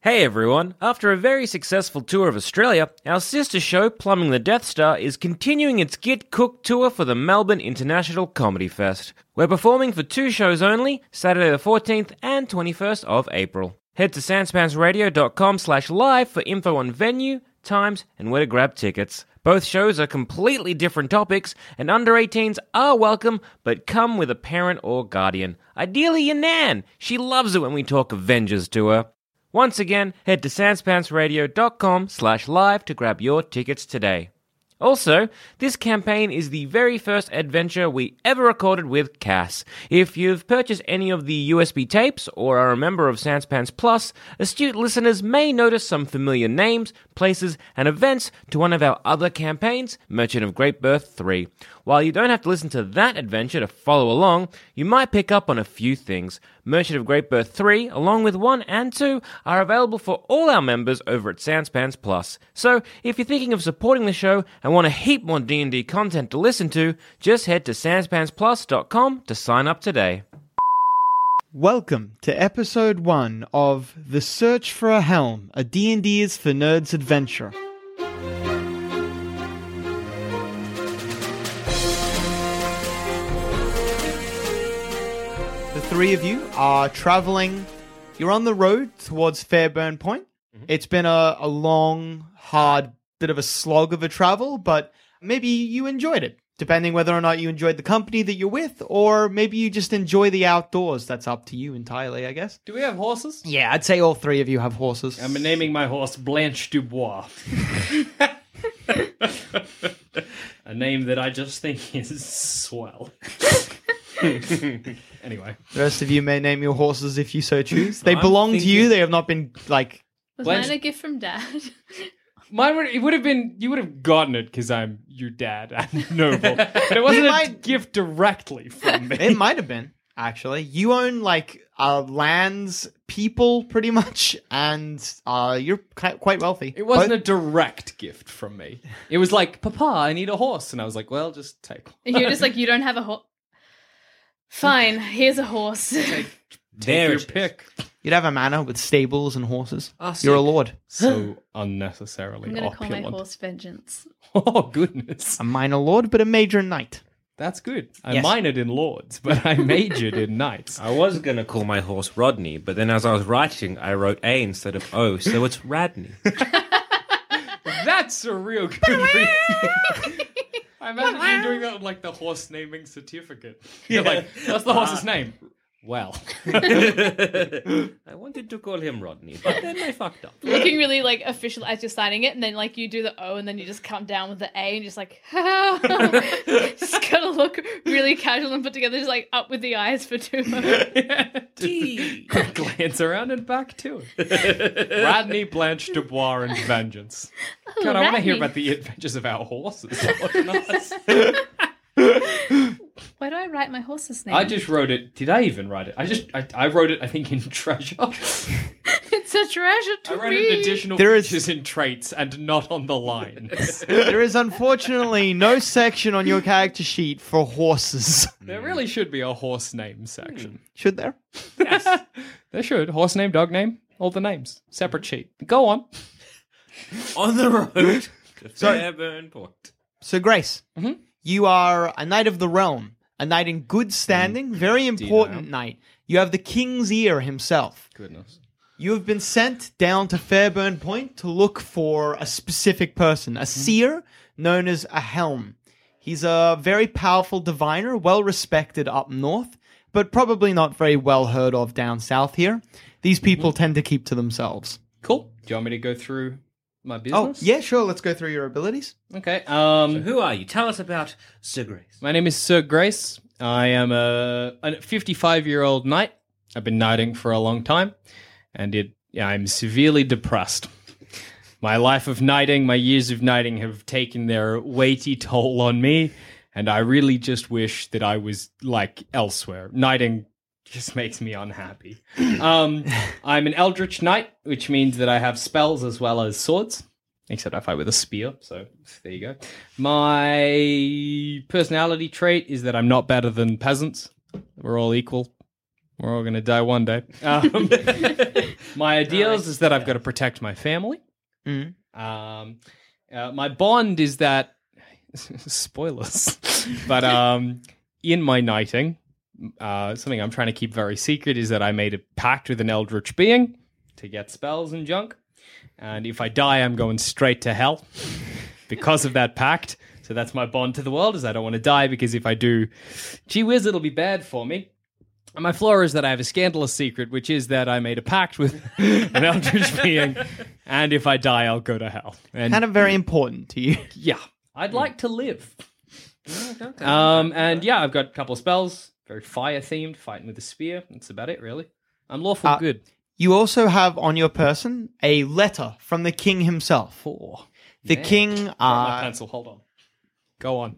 Hey everyone, after a very successful tour of Australia, our sister show Plumbing the Death Star is continuing its Get Cooked tour for the Melbourne International Comedy Fest. We're performing for two shows only, Saturday the 14th and 21st of April. Head to sanspansradio.com slash live for info on venue, times, and where to grab tickets. Both shows are completely different topics, and under 18s are welcome, but come with a parent or guardian. Ideally, your nan. She loves it when we talk Avengers to her. Once again, head to sanspantsradio.com slash live to grab your tickets today. Also, this campaign is the very first adventure we ever recorded with Cass. If you've purchased any of the USB tapes or are a member of Sanspants Plus, astute listeners may notice some familiar names, places, and events to one of our other campaigns, Merchant of Great Birth 3. While you don't have to listen to that adventure to follow along, you might pick up on a few things. Merchant of Great Birth 3, along with 1 and 2, are available for all our members over at Sanspans Plus. So, if you're thinking of supporting the show and want a heap more D&D content to listen to, just head to sanspansplus.com to sign up today. Welcome to episode 1 of The Search for a Helm, a D&D is for Nerds adventure. The three of you are traveling. You're on the road towards Fairburn Point. Mm-hmm. It's been a, a long, hard bit of a slog of a travel, but maybe you enjoyed it, depending whether or not you enjoyed the company that you're with, or maybe you just enjoy the outdoors. That's up to you entirely, I guess. Do we have horses? Yeah, I'd say all three of you have horses. I'm naming my horse Blanche Dubois. A name that I just think is swell. anyway, the rest of you may name your horses if you so choose. They belong to you, they have not been, like, Was Blanche- mine a gift from dad? mine would it would have been you would have gotten it because I'm your dad and noble, but it wasn't He a might- gift directly from me. It might have been actually. You own like uh, lands, people, pretty much, and uh, you're ki- quite wealthy. It wasn't Both- a direct gift from me. It was like, Papa, I need a horse, and I was like, Well, just take. one." And you're just like, you don't have a horse. Fine, here's a horse. There your it is. pick. You'd have a manor with stables and horses. Ah, you're a sick. lord, So unnecessarily I'm gonna call my opulent. horse Vengeance. Oh goodness. a minor lord, but a major knight. That's good. I Yes. minored in lords, but I majored in knights. I was going to call my horse Rodney, but then as I was writing, I wrote A instead of O, so it's Radney. That's a real good reason. I imagine you doing that on like the horse naming certificate. You're like, what's the horse's name? Well, I wanted to call him Rodney, but then I fucked up. Looking really like official as you're signing it, and then like you do the O, and then you just come down with the A, and just like, just gotta look really casual and put together, just like up with the eyes for two moments. glance around and back to it. Rodney, Blanche, Dubois, and Vengeance. God, I want to hear Rodney. about the adventures of our horses. What nice. Why do I write my horse's name? I just wrote it. Did I even write it? I just, I, I wrote it, I think, in treasure. it's a treasure to I wrote me. an additional There is- features in traits and not on the lines. there is unfortunately no section on your character sheet for horses. there really should be a horse name section. Should there? They should. Horse name, dog name, all the names. Separate Mm-hmm. sheet. Go on. On the road to So- Fairburn Point. Mm-hmm. So, Grace, you are a knight of the realm, a knight in good standing, Mm. very important knight. You have the king's ear himself. Goodness. You have been sent down to Fairburn Point to look for a specific person, Mm-hmm. a seer known as a helm. He's a very powerful diviner, well respected up north, but probably not very well heard of down south here. These Mm-hmm. people tend to keep to themselves. Cool. Do you want me to go through my Oh, business? yeah, sure. Let's go through your abilities. Okay. Um, Who are you? Tell us about Sir Grace. My name is Sir Grace. I am a, a 55 year old knight. I've been knighting for a long time, and it yeah, I'm severely depressed. My life of knighting, my years of knighting have taken their weighty toll on me, and I really just wish that I was like elsewhere. Knighting just makes me unhappy. Um, I'm an eldritch knight, which means that I have spells as well as swords except I fight with a spear. So there you go. My personality trait is that I'm not better than peasants. We're all equal. We're all going to die one day. Um, my ideals is that I've got to protect my family. Mhm. Um, uh, my bond is that spoilers, but um, in my knighting, uh, something I'm trying to keep very secret is that I made a pact with an eldritch being to get spells and junk. And if I die, I'm going straight to hell because of that pact. So that's my bond to the world is I don't want to die because if I do, gee whiz, it'll be bad for me. And my flaw is that I have a scandalous secret, which is that I made a pact with an eldritch being, and if I die, I'll go to hell. And Kind of very important to you. yeah, Mm. I'd like to live. Um, and yeah, I've got a couple of spells, very fire themed, fighting with a spear. That's about it, really. I'm lawful Uh, good. You also have on your person a letter from the king himself. Four. The king Got my uh, pencil. Hold on. Go on.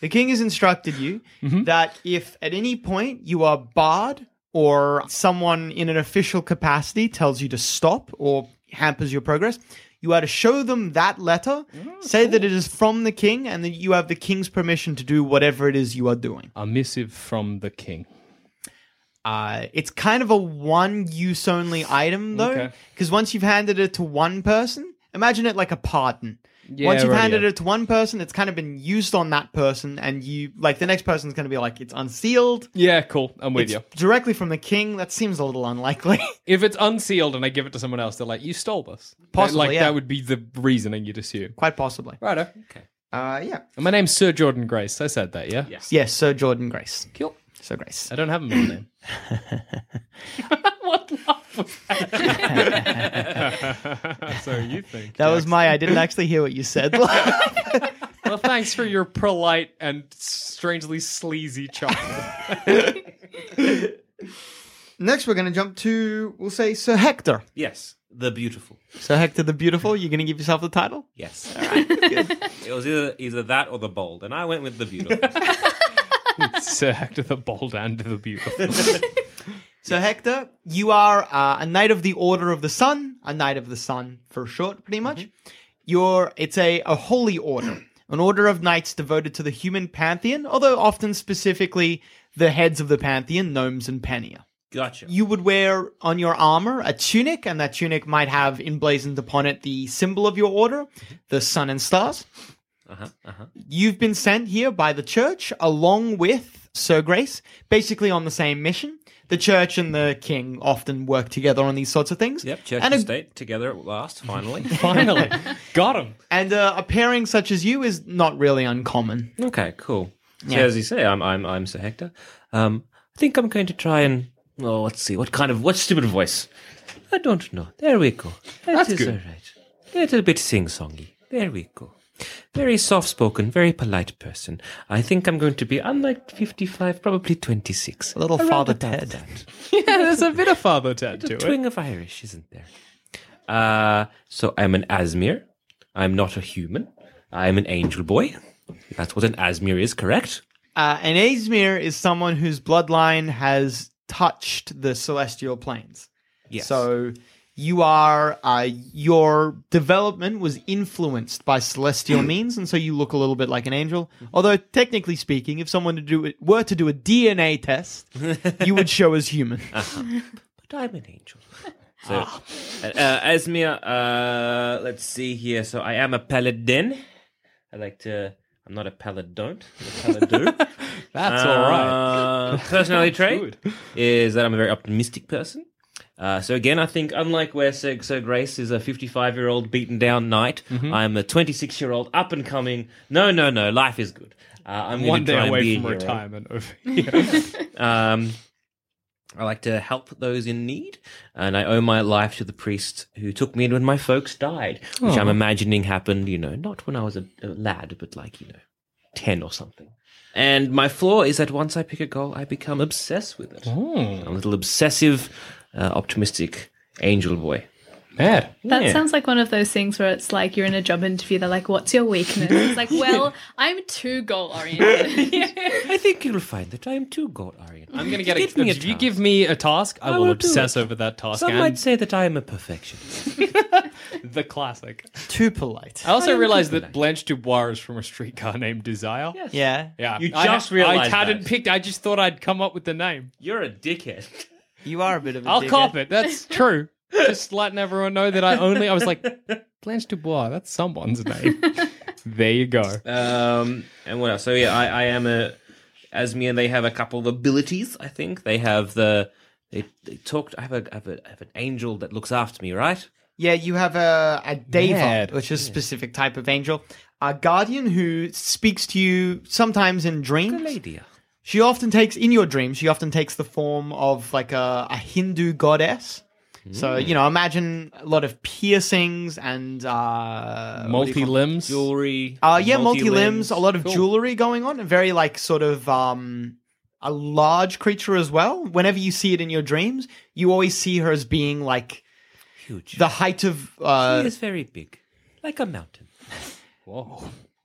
The king has instructed you Mm-hmm. that if at any point you are barred or someone in an official capacity tells you to stop or hampers your progress, you are to show them that letter, Mm, say that it is from the king, and that you have the king's permission to do whatever it is you are doing. A missive from the king. Uh, it's kind of a one use only item, though, Okay. because once you've handed it to one person, imagine it like a pardon. Yeah, once you've right, handed yeah. it to one person, it's kind of been used on that person, and you like the next person's going to be like, it's unsealed. Yeah, cool. I'm with It's you. directly from the king. That seems a little unlikely. If it's unsealed and I give it to someone else, they're like, "You stole this." That- Possibly, like yeah. that would be the reasoning you'd assume. Quite possibly. Righto. Okay. Uh, yeah. And my name's Sir Jordan Grace. I said that, yeah. Yes. Yes, Sir Jordan Grace. Cool. Uh, Sir Grace. I don't have a middle name. what laugh was that? so you think? That was my. I didn't actually hear what you said. Well, thanks for your polite and strangely sleazy chuckle. Next, we're going to jump to, we'll say, Sir Hector. Yes, the beautiful. Sir Hector the Beautiful. You're going to give yourself the title? Yes. it was either either that or the bold, and I went with the beautiful. Sir Hector the Bold and the Beautiful. So Hector, you are uh, a knight of the Order of the Sun, a knight of the Sun for short, pretty much. You're it's a, a holy order, an order of knights devoted to the human pantheon, although often specifically the heads of the pantheon, gnomes and Pania. Gotcha. You would wear on your armor a tunic, and that tunic might have emblazoned upon it the symbol of your order, the sun and stars. Uh-huh, uh-huh. You've been sent here by the church along with Sir Grace, basically on the same mission. The church and the king often work together on these sorts of things. Yep, church and and a, state together at last, finally. Finally, got him. and uh, a pairing such as you is not really uncommon. okay, cool. So as you say, I'm I'm I'm Sir Hector. Um, I think I'm going to try and oh, let's see what kind of what stupid voice. I don't know. There we go. That's good. all right. Little bit sing-songy. There we go. Very soft-spoken, very polite person. I think I'm going to be unlike 55, probably 26. A little Around Father about Ted. that. Yeah, there's a bit of Father Ted a to it. twing of Irish, isn't there? Uh, so I'm an Asmir. I'm not a human. I'm an angel boy. That's what an Asmir is, correct? Uh, and Asmir is someone whose bloodline has touched the celestial planes. Yes. So you are uh, your development was influenced by celestial means, and so you look a little bit like an angel. Although technically speaking, if someone to do it, were to do a DNA test, you would show as human. but I'm an angel. So, uh, uh, Asmir, uh, let's see here. So I am a paladin. I like to. I'm not a paladont. I'm a paladin. That's all right. Uh, personality trait Good. is that I'm a very optimistic person. Uh, so again, I think unlike where Sir, Sir Grace is a 55 year old beaten down knight, Mm-hmm. I'm a 26 year old up and coming. No, no, no, life is good. Uh, I'm gonna One try day and be away a from hero. retirement over here. Um, I like to help those in need, and I owe my life to the priest who took me in when my folks died, which I'm imagining happened, you know, not when I was a, a lad, but like, you know, 10 or something. And my flaw is that once I pick a goal, I become obsessed with it. I'm a little obsessive, uh, optimistic angel boy. Mad. That Yeah. sounds like one of those things where it's like you're in a job interview. They're like, "What's your weakness?" It's like, "Well, I'm too goal oriented." I think you'll find that I am too God oriented. I'm gonna get. Give it. me a if you task. give me a task, I I, will will do obsess it. over that task. Some and might say that I am a perfectionist. the classic. Too polite. I also realized that Blanche Dubois is from a streetcar named Desire. Yeah. Yeah, You I- just realized I hadn't that. picked. I just thought I'd come up with the name. You're a dickhead. You are a bit of a I'll dickhead. cop it. That's true. Just letting everyone know that I only. I was like Blanche Dubois. That's someone's name. there you go. Um, and what else? So yeah, I, I am a Asmir. They have a couple of abilities. I think they have the they, they talked. I have a I have a I have an angel that looks after me, right? Yeah, you have a, a Deva, Mad. which is a specific type of angel. A guardian who speaks to you sometimes in dreams. Lady. She often takes, in your dreams, she often takes the form of like a, a Hindu goddess. So, you know, imagine a lot of piercings and. Uh, what do you Multi call- limbs. Jewelry. Uh, yeah, multi limbs, a lot of Cool. jewelry going on, and very like sort of um, a large creature as well. Whenever you see it in your dreams, you always see her as being like Huge. the height of she uh, is very big, like a mountain.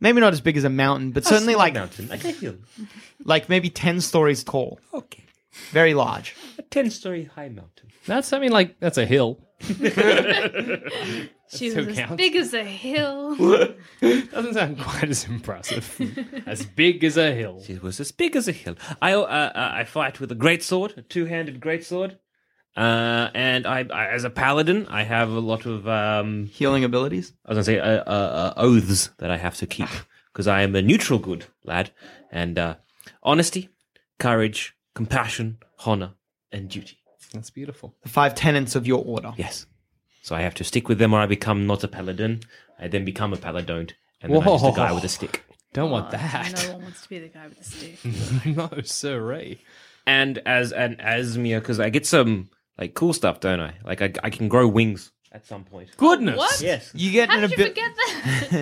maybe not as big as a mountain, but certainly Small like mountain, like a hill. like maybe ten stories tall, Okay, very large. a ten-story high mountain. That's. I mean, like that's a hill. she Still was as counts. big as a hill. Doesn't sound quite as impressive. as big as a hill. She was as big as a hill. I uh, uh, I fight with a great sword, a two-handed great sword. Uh, and I, I, as a paladin, I have a lot of um, Healing abilities. I was going to say uh, uh, uh, oaths that I have to keep because I am a neutral good lad, and uh, honesty, courage, compassion, honor, and duty. That's beautiful. The five tenets of your order. Yes, so I have to stick with them, or I become not a paladin. I then become a paladin, and then I'm just Whoa. a guy with a stick. Don't want no that. one wants to be the guy with the stick. Mm-hmm. No, sorry. And as an asmia, because I get some like cool stuff, don't I? Like I, I can grow wings at some point. Goodness. What? Yes. You get How an did you abi- forget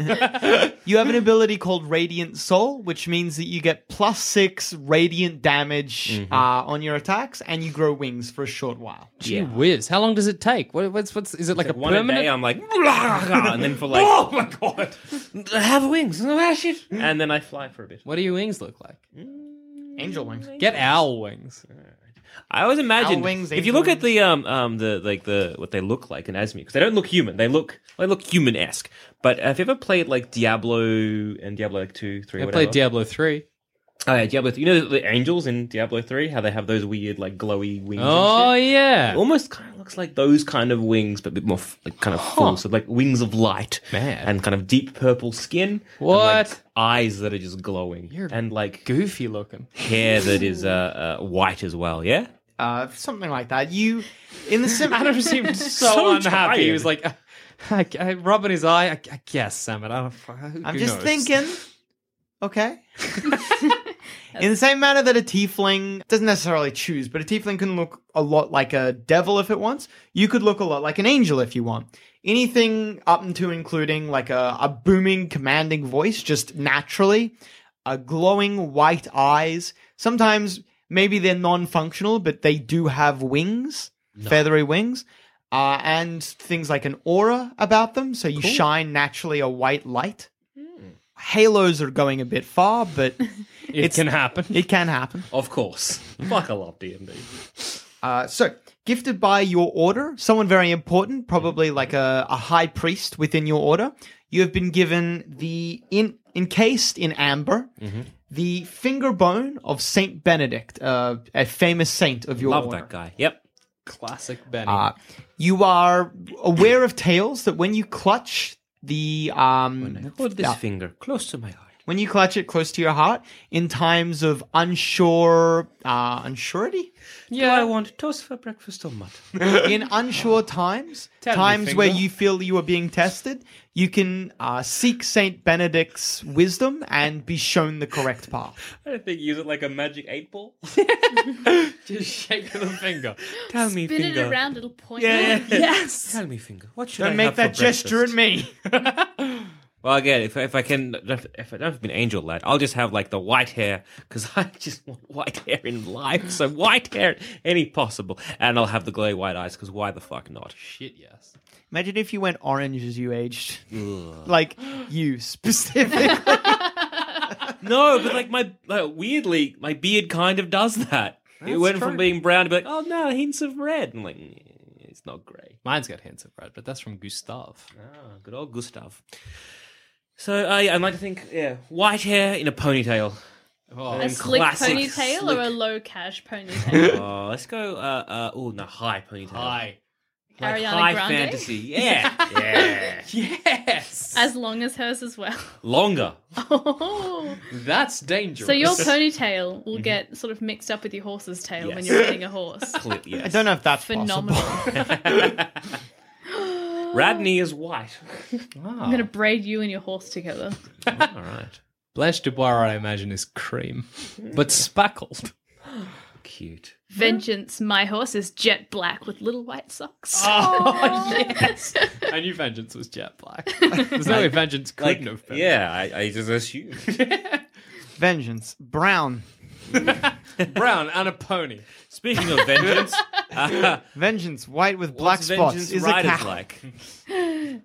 that? you have an ability called Radiant Soul, which means that you get plus six radiant damage uh, on your attacks, and you grow wings for a short while. Gee Yeah. whiz! How long does it take? What, what's what's is it like, Like a one a permanent? day, I'm like, and then for like, oh my god, I have wings, oh shit, and then I fly for a bit. what do your wings look like? Angel wings. Get owl wings. I always imagine Owl wings, if you angel look at wings. the um um the like the what they look like in Asmir because they don't look human. They look they look human esque. But have you ever played like Diablo and Diablo like two, three? I whatever? played Diablo three. Oh yeah, Diablo. You know the angels in Diablo three, how they have those weird like glowy wings. and Oh yeah, shit? It almost kind of looks like those kind of wings, but a bit more f- like, kind of full, so like wings of light, Man. and kind of deep purple skin, and, like, What? eyes that are just glowing, and like goofy looking. hair that is uh, uh white as well. Yeah. Uh, something like that. You in the sim. Adam seemed so, So unhappy. He tired. was like, I, I, rubbing his eye. I, I guess, Sam. I don't. Who I'm just knows? thinking. Okay. In the same manner that a tiefling doesn't necessarily choose, but a tiefling can look a lot like a devil if it wants. You could look a lot like an angel if you want. Anything up into including like a, a booming, commanding voice, just naturally, a glowing white eyes. Sometimes maybe they're non-functional, but they do have wings, feathery wings, uh, and things like an aura about them. So you shine naturally a white light. Halos are going a bit far, but it can happen. it can happen. Of course. Fuck a lot, D&D. Uh, so, gifted by your order, someone very important, probably like a, a high priest within your order, you have been given the in, encased in amber, Mm-hmm. the finger bone of Saint Benedict, uh, a famous saint of your Love order. that guy. Yep. Classic Benny. Uh, you are aware of tales that when you clutch the um, Hold this finger close to my heart. When you clutch it close to your heart in times of unsure, uh, unsurety, Yeah, I want toast for breakfast or mutton. in unsure times, Tell me, times where finger. you feel you are being tested, you can uh, seek Saint Benedict's wisdom and be shown the correct path. I don't think use it like a magic eight ball. Just shake the finger. Tell me, Spin it finger. around, it'll point. Tell me, finger. What should I Don't make have for that gesture at breakfast? me. Well, again, if, if I can, if I don't have an angel lad, I'll just have like the white hair because I just want white hair in life. So white hair, any possible, and I'll have the glowy white eyes because why the fuck not? Shit, yes. Imagine if you went orange as you aged, like you specifically. No, but like my like, weirdly, my beard kind of does that. it went from being brown to be like, oh no, hints of red. I'm like, "Yeah, it's not grey. Mine's got hints of red, but that's from Gustav. Ah, good old Gustav. So uh, yeah, I'd like to think, yeah, white hair in a ponytail. Oh, A slick classic ponytail or a slick. low cash ponytail? Oh, let's go. Uh, uh, oh no, high ponytail. hi. Like Ariana high Grande? fantasy. Yeah, yeah. Yes. as long as hers as well. Longer. Oh. That's dangerous. So your ponytail will get sort of mixed up with your horse's tail Mm-hmm. when Yes. you're riding a horse. Clip, yes. I don't know if that's Phenomenal. possible. Radney is white. Ah. I'm gonna braid you and your horse together. All right. Blanche Dubois, I imagine, is cream, but speckled. Cute. Vengeance, my horse is jet black with little white socks. Oh, yes. I knew Vengeance was jet black. There's no way Vengeance couldn't have been. Yeah, I, I just assume. Vengeance, brown. Brown and a pony. Speaking of vengeance, Vengeance, white with black what's spots. vengeance is a riders cat. like?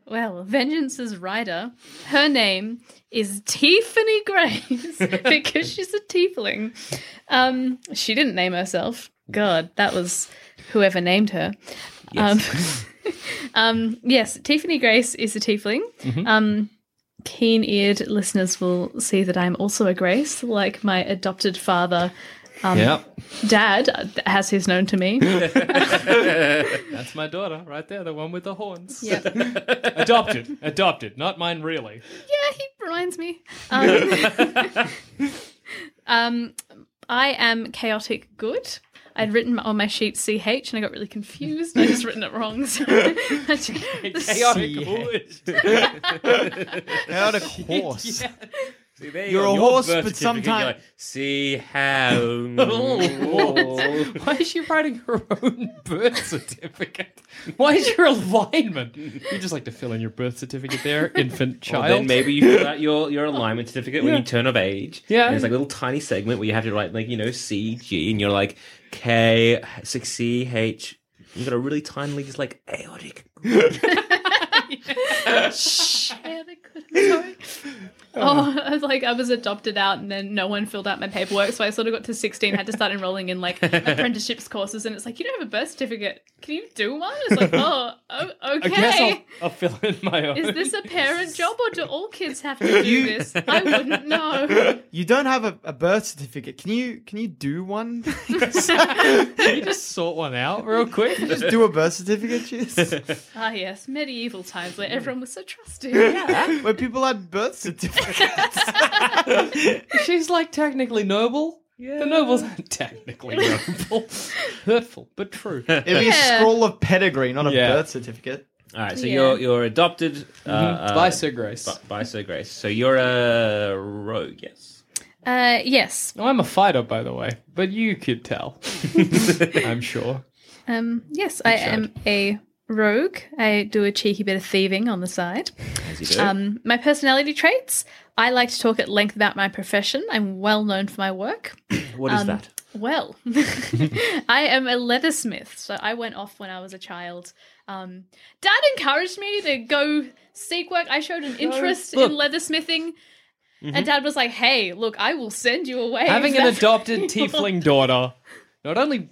Well, Vengeance's rider, her name is Tiffany Grace because she's a tiefling. Um, she didn't name herself. God, that was whoever named her. Um, um, yes, Tiffany Grace is a tiefling. Mm-hmm. Um, Keen eared listeners will see that I'm also a Grace, like my adopted father. yep. Dad, uh, as he's known to me. That's my daughter right there, the one with the horns. Yeah. Adopted. Adopted. Not mine, really. yeah, he reminds me. Um, um, I am chaotic good. I'd written on my sheet CH and I got really confused. I just written it wrong. So I just- Chaotic wood. Chaotic horse. See, there You're go, a your horse, birth certificate, but sometime- you're like, see how. Oh. Why is she writing her own birth certificate? Why is your alignment? You just like to fill in your birth certificate there, infant Well, child. then maybe you fill out your, your alignment certificate when you turn of age. Yeah. And it's like a little tiny segment where you have to write, like, you know, CG, and you're like, K, 6CH. You've got a really tiny, just like, aortic. Chaotic good. I'm sorry. Oh, I was like I was adopted out, and then no one filled out my paperwork, so I sort of got to sixteen, had to start enrolling in like apprenticeships courses, and it's like you don't have a birth certificate. Can you do one? It's like oh, oh okay. I guess I'll, I'll fill in my own. Is this a parent job or do all kids have to do You- this? I wouldn't know. You don't have a, a birth certificate. Can you can you do one? Can you just sort one out real quick? Just do a birth certificate, cheers. Ah, yes, medieval times Mm. where everyone was so trusting. Where people had birth certificates. She's like technically noble. Yeah. The nobles aren't technically noble. Hurtful, but true. It'd be Yeah. a scroll of pedigree, not a Yeah. birth certificate. All right, so Yeah. you're you're adopted uh, uh, By Sir Grace. b- by Sir Grace. So you're a rogue, yes. Uh, yes. I'm a fighter, by the way, but you could tell. I'm sure. Um, yes, I am a rogue. I do a cheeky bit of thieving on the side. As you do. Um, my personality traits I like to talk at length about my profession. I'm well known for my work. what is that? Well, I am a leathersmith, so I went off when I was a child. Um, Dad encouraged me to go seek work. I showed an interest in leathersmithing, and Dad was like, "Hey, look, I will send you away." if Mm-hmm. Having an that's adopted what you want." tiefling daughter not only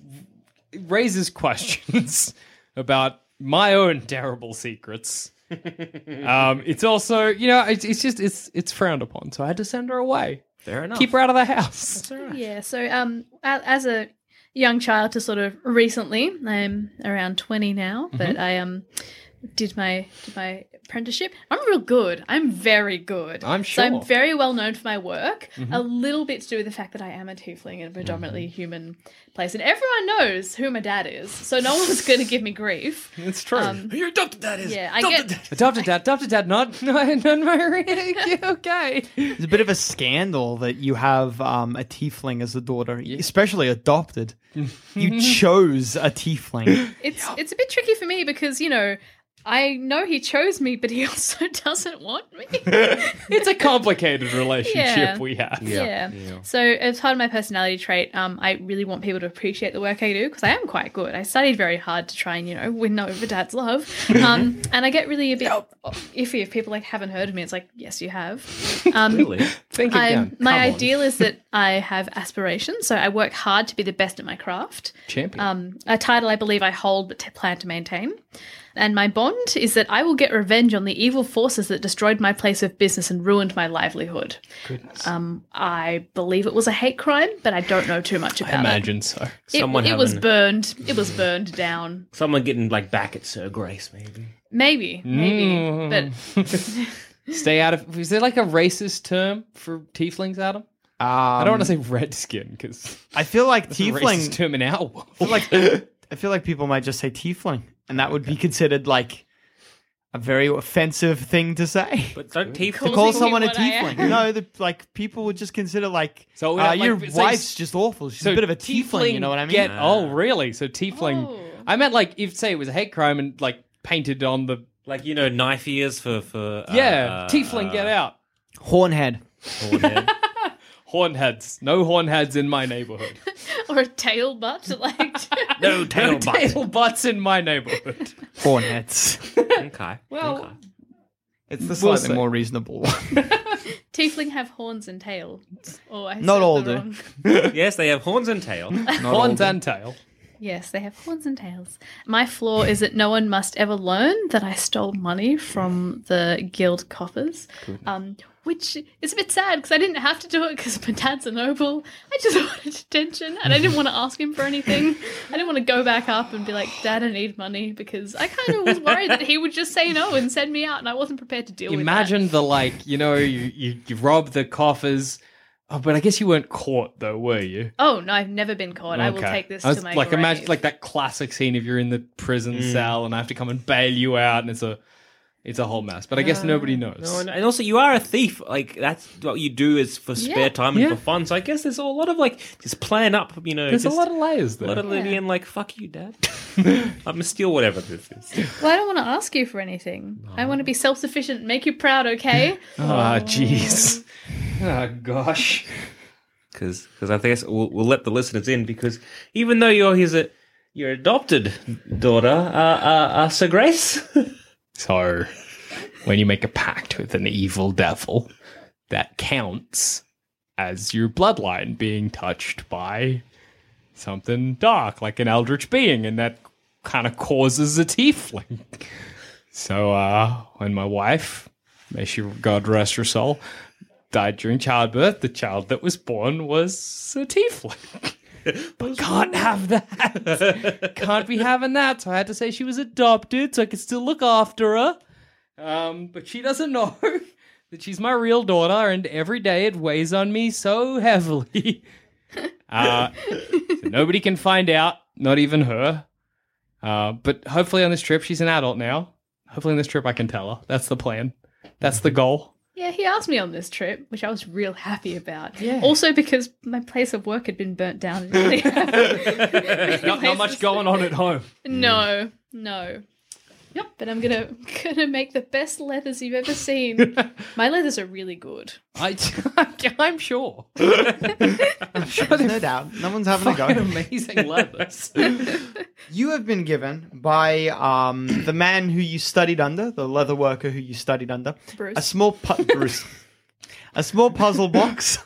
raises questions about my own terrible secrets, um, it's also, you know, it's, it's just, it's, it's frowned upon. So I had to send her away. Fair Oh. enough. Keep her out of the house. Yeah. So, um, a- as a Mm-hmm. young child to sort of recently, I'm around 20 now, but I um did my did my apprenticeship. I'm real good. I'm very good. I'm So I'm sure. Mm-hmm. very well known for my work. A little bit to do with the fact that I am a tiefling in a predominantly human place, and everyone knows who my dad is. So no one's going to give me grief. It's true. Your adopted dad is. Um, Yeah, I get. adopted dad, adopted dad, not no, no, Marie. okay. It's a bit of a scandal that you have um, a tiefling as a daughter, especially adopted. you chose a tiefling. It's it's a bit tricky for me because you know. I know he chose me, but he also doesn't want me. It's a complicated relationship Yeah. we have. Yeah. So as part of my personality trait, um, I really want people to appreciate the work I do because I am quite good. I studied very hard to try and you know win over dad's love, um, and I get really a bit iffy if people like haven't heard of me. It's like yes, you have. Um, Really? Think I'm, again. my Come on. ideal is that I have aspirations, so I work hard to be the best at my craft. champion. Um, a title I believe I hold but t- plan to maintain. And my bond is that I will get revenge on the evil forces that destroyed my place of business and ruined my livelihood. Goodness. Um, I believe it was a hate crime, but I don't know too much about I imagine so. it. It, Someone it was having- burned. It was burned down. Someone getting like back at Sir Grace, maybe. Maybe, maybe, but Stay out of. Is there like a racist term for tieflings, Adam? I don't want to say redskin because I feel like tiefling Um, tiefling. term in our I world. feel like I feel like people might just say tiefling, and that would be considered like a very offensive thing to say. But don't teeth to Calls call me someone a what I am. tiefling. No, the, like people would just consider like, So, uh, uh, like, your it's wife's like- just awful. She's a bit of a tiefling, You know what I mean? Get, oh, really? So tiefling. Oh. I meant like if say it was a hate crime and like painted on the like you know knife ears for for uh, yeah uh, tiefling. get out. Hornhead. Hornhead. Hornheads. No hornheads in my neighborhood. or a tail butt, like no no tail bite. tail butts in my neighborhood. Hornheads. Okay. Well, okay. it's the We'll slightly see. more reasonable one. tiefling have horns and tail. Oh, I Not said all the do. wrong- yes, they have horns and tail. Horns and tail. Yes, they have horns and tails. My flaw is that no one must ever learn that I stole money from the guild coffers, um, which is a bit sad because I didn't have to do it because my dad's a noble. I just wanted attention and I didn't want to ask him for anything. I didn't want to go back up and be like, Dad, I need money because I kind of was worried that he would just say no and send me out and I wasn't prepared to deal Imagine the like, you know, you, you, you rob the coffers. Oh, but I guess you weren't caught though, were you? with that. Oh, no, I've never been caught. I will Okay. take this I was, to my like grave. imagine like that classic scene if you're in the prison cell and I have to come and bail you out, and it's a it's a whole mess. But I Uh, guess nobody knows. No, and- and also you are a thief. Like that's what you do is for spare Yeah. time and Yeah. for fun. So I guess there's a lot of like just plan up. You know, There's just a lot of layers a there. lot of living and like fuck you, dad. I'm gonna steal whatever this is. Well, I don't want to ask you for anything. I want to be self sufficient, make you proud, okay? Ah, jeez. Oh gosh. Because I guess we'll, we'll let the listeners in because even though you're his uh, your adopted daughter, uh, uh, uh, Sir Grace. So, when you make a pact with an evil devil, that counts as your bloodline being touched by something dark, like an eldritch being, and that kind of causes a tiefling. So, uh, when my wife, may she God rest her soul, died during childbirth, the child that was born was a tiefling. But can't have that. can't be having that. So I had to say she was adopted, so I could still look after her. Um, but she doesn't know that she's my real daughter, and every day it weighs on me so heavily. Uh, so nobody can find out, not even her. Uh, but hopefully on this trip, she's an adult now. Hopefully on this trip, I can tell her. That's the plan. That's the goal. Yeah, he asked me on this trip, which I was real happy about. Yeah. Also because my place of work had been burnt down. and didn't have- Not, not much going on at home. Hmm. No, no. Yep, but I'm gonna gonna make the best leathers you've ever seen. my leathers are really good. I, I'm sure. no doubt. No one's having a go. amazing leathers. You have been given by um, the man who you studied under, the leather worker who you studied under, Bruce. a small pu- Bruce, a small puzzle box.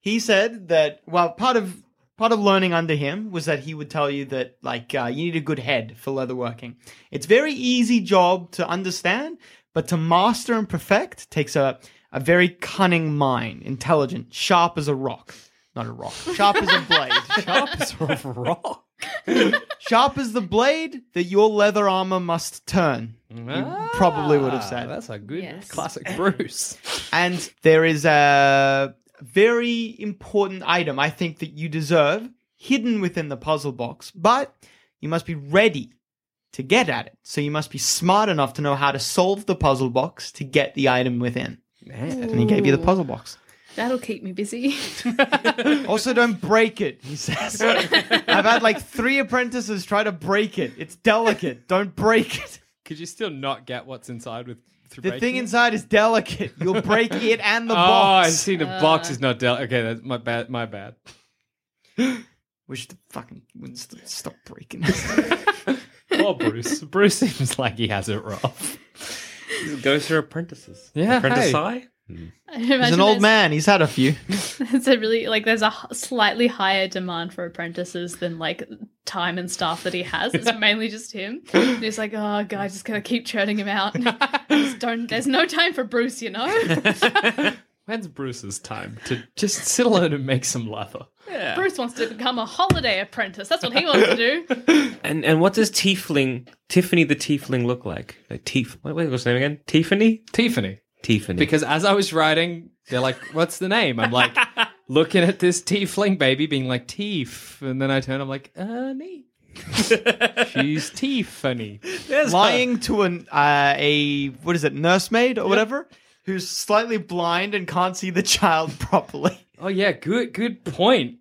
He said that well, part of part of learning under him was that he would tell you that like uh, you need a good head for leather working. It's very easy job to understand, but to master and perfect takes a a very cunning mind, intelligent, sharp as a rock. Not a rock, sharp as a blade, sharp Sort of rock. Sharp as the blade that your leather armor must turn. Ah, probably would have said. That's a good Yes. classic Bruce. And there is a very important item I think that you deserve hidden within the puzzle box, but you must be ready to get at it. So you must be smart enough to know how to solve the puzzle box to get the item within. And he gave you the puzzle box. That'll keep me busy. Also, don't break it, he says. I've had like three apprentices try to break it. It's delicate. Don't break it. Could you still not get what's inside with through The breaking thing it? inside is delicate. You'll break it and the oh, box. I see. The box is not dealt. Okay, that's my bad. My bad. Wish the fucking Winston stop breaking. Poor Bruce. Bruce seems like he has it rough. Goes through apprentices. Yeah, Apprentice hey. I? He's an old man. He's had a few. It's a really like there's a h- slightly higher demand for apprentices than like time and stuff that he has. It's mainly just him. And he's like, oh guys, just gotta keep churning him out. Just don't. There's no time for Bruce, you know. When's Bruce's time to just sit alone and make some leather? Bruce wants to become a holiday apprentice. That's what he wants to do. And and what does Tiefling Tiffany the Tiefling look like? Like Tief what what was her name again? Tiffany? Tiffany. Tiffany. Because as I was writing, they're like, "What's the name?" I'm like looking at this tiefling baby, being like Teef, and then I turn, I'm like, Ernie. She's Tiffany. There's Lying to an uh, a what is it, nursemaid or whatever, who's slightly blind and can't see the child properly. Oh yeah, good good point.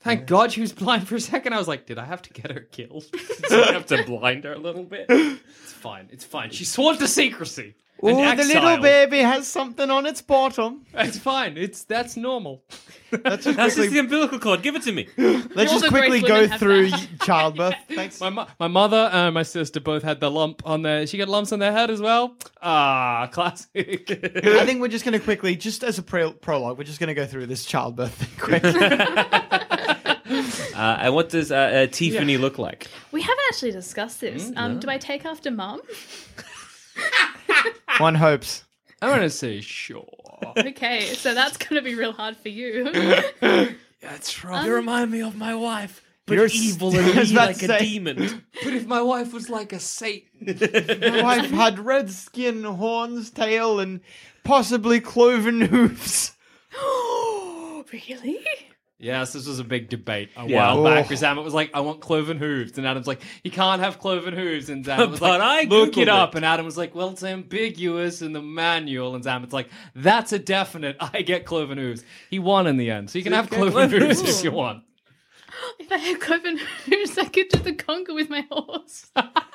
Thank God she was blind for a second. I was like, did I have to get her killed? her. You have to blind her a little bit. it's fine. It's fine. She sworn to secrecy. Oh, and the little exile. baby has something on its bottom. It's fine. It's that's normal. Let's That's just just quickly, the umbilical cord. Give it to me. let's All just the great quickly go women have through that. childbirth. Thanks. My, mo- my mother and my sister both had the lump on their. She got lumps on their head as well. Ah, classic. I think we're just going to quickly, just as a pre- prologue, we're just going to go through this childbirth thing quick. Uh, and what does uh, uh, Tiffany look like? We haven't actually discussed this. Um, Do I take after Mum? One hopes. I'm gonna say sure. Okay, so that's gonna be real hard for you. That's right. You remind me of my wife, but You're evil st- and I was mean about like to a say. demon. But if my wife was like a Satan, My wife had red skin, horns, tail, and possibly cloven hooves. really? Yes, this was a big debate a Yeah. while back. Oh. Because Amit was like, "I want cloven hooves," and Adam's like, "He can't have cloven hooves." And Zamet was But like, I "Look Googled it up," it. and Adam was like, "Well, it's ambiguous in the manual." And Zamet's like, "That's a definite. I get cloven hooves." He won in the end, so you can have cloven, hooves if you want. If I had Coven Hooves, I could do the conga with my horse.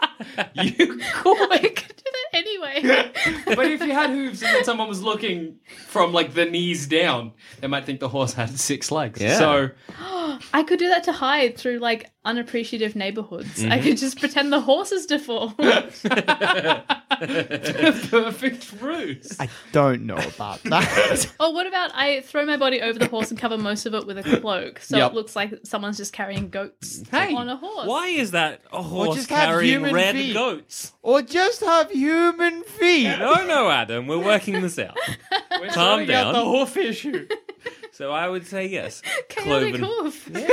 You I could do that anyway. but if you had hooves and then someone was looking from like the knees down, they might think the horse had six legs. Yeah. So I could do that to hide through like unappreciative neighborhoods. I could just pretend the horse is deformed. perfect ruse. I don't know about that. or what about I throw my body over the horse and cover most of it with a cloak, so Yep. it looks like someone's just carrying goats Hey, on a horse. Why is that a horse just have carrying human red feet. goats? or just have human feet. No, no, Adam, we're working this out. We're Calm sorting out down. the hoof issue. So I would say yes. Chaotic Cloven. hoof. There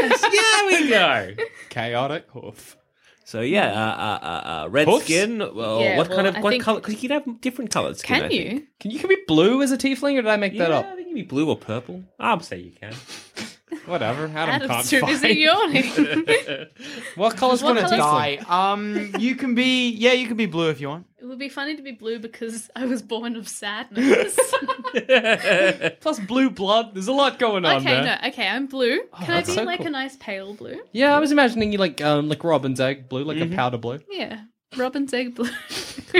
we go. Chaotic hoof. So yeah, uh, uh, uh, uh, red Hoofs? skin. Well, Yeah, what kind well, of I what think- color? Because you could have different colors. Can you? Can you can be blue as a tiefling, or did I make Yeah, that I up? think you'd be blue or purple. I'd say you can. Whatever. Adam can't Adam's too find. busy yawning. What color's What gonna colour's- tiefling? Die. Um, you can be yeah, you can be blue if you want. it would be funny to be blue because I was born of sadness. Plus blue blood. There's a lot going on okay, there. Oh, no, okay, I'm blue. Can I that's be so like cool. a nice pale blue? Yeah, I was imagining you like um like robin's egg blue, like a powder blue. Yeah. Robin's egg blue.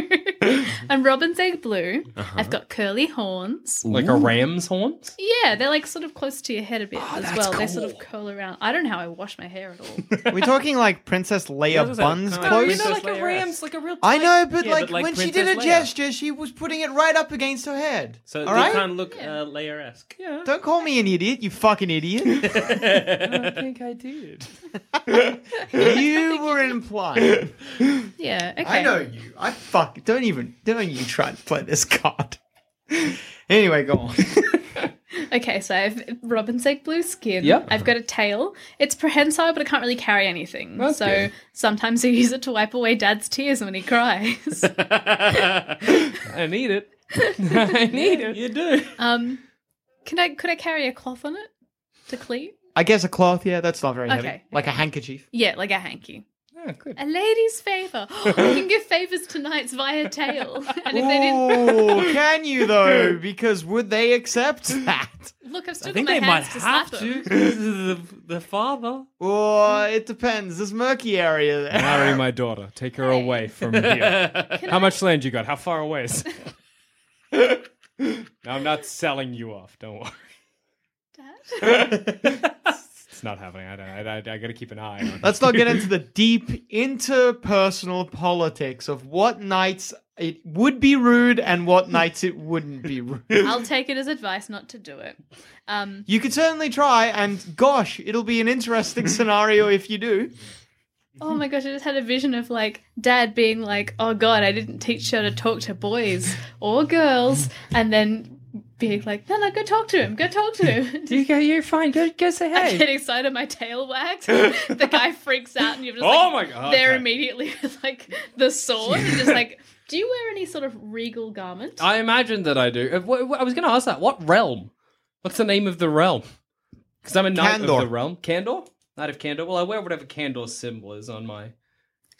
I'm Robin's egg blue. Uh-huh. I've got curly horns. Like a ram's horns. Yeah, they're like sort of close to your head a bit Ah, as well. They sort of curl around. I don't know how I wash my hair at all. We're talking like Princess Leia does that buns kind of- clothes. you know, like- Princess Leia's. like a real I know, but, Yeah, like, but like when she Princess did a Leia. gesture, she was putting it right up against her head. So all they right, kind of look uh, layer-esque. Yeah. don't call me an idiot, you fucking idiot. I think I did. you were implied. Yeah, okay. I know you. I fuck. Don't even. Don't you try and play this card. anyway, go on. Okay, so I've robin's egg blue skin. Yep. I've got a tail. It's prehensile, but it can't really carry anything. That's so good. sometimes I use it to wipe away dad's tears when he cries. I need it. I need it. You do. um, can I could I carry a cloth on it to clean? I guess a cloth, yeah, that's not very heavy. Okay. Like a handkerchief. Yeah, like a hanky. Oh, good. A lady's favor. I can give favors to knights via tail. And if they didn't Ooh, can you though? Because would they accept that? look, I've I still got think they my might hands to slap have to. them. 'cause the, the father. Or it depends. There's murky area there. Marry my daughter. Take her away from here. How much land you got? How far away is? no, I'm not selling you off. Don't worry. Dad? It's not happening. I don't. I, I, I got to keep an eye on. Let's not get into the deep interpersonal politics of what nights it would be rude and what nights it wouldn't be rude. I'll take it as advice not to do it. Um, You could certainly try, and gosh, it'll be an interesting scenario if you do. oh my gosh, I just had a vision of like dad being like, "Oh God, I didn't teach her to talk to boys or girls," and then being like, "No, no, go talk to him. Go talk to him." You go. You're fine. Go. Go say I get excited, my tail wagged. the guy freaks out, and you're just Oh like, my God, There okay. immediately with like the sword, and just like, do you wear any sort of regal garment? I imagine that I do. Uh, wh- wh- I was going to ask that. What realm? What's the name of the realm? Because I'm a knight Candor. of the realm. Candor. Knight of Candor. Well, I wear whatever Candor symbol is on my.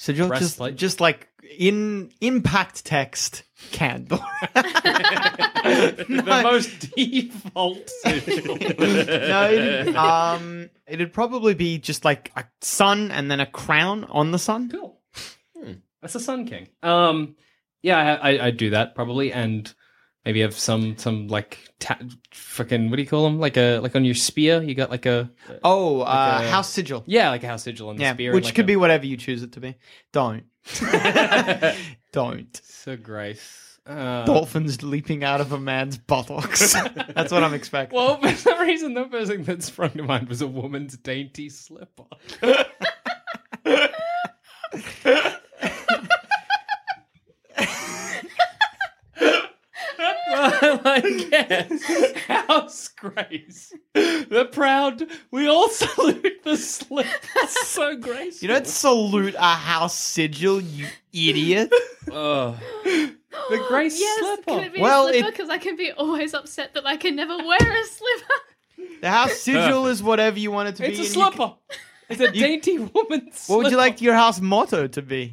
So you're just, Breastplate. just like in impact text, candor. The most default symbol. no, it'd, um, it'd probably be just like a sun and then a crown on the sun. Cool. That's a Sun King. Um, yeah, I, ha- I I do that probably, and maybe have some some like ta- fucking what do you call them? Like a like on your spear, you got like a Oh, uh, a- house sigil. yeah, like a house sigil on the Yeah, spear, which could be whatever you choose it to be. Don't. Don't. so grace. Uh, Dolphins leaping out of a man's buttocks. That's what I'm expecting. well, for some reason, the first thing that sprung to mind was a woman's dainty slipper. well, I guess. House Grace. The proud. We all salute the slip. so graceful. you don't salute a house sigil, you idiot. the grace yes, slipper. can it be Well, a slipper? it- Because I can be always upset that I can never wear a slipper. The house sigil is whatever you want it to It's be. a and you can- slipper. It's a dainty woman's What would you like your house motto to be?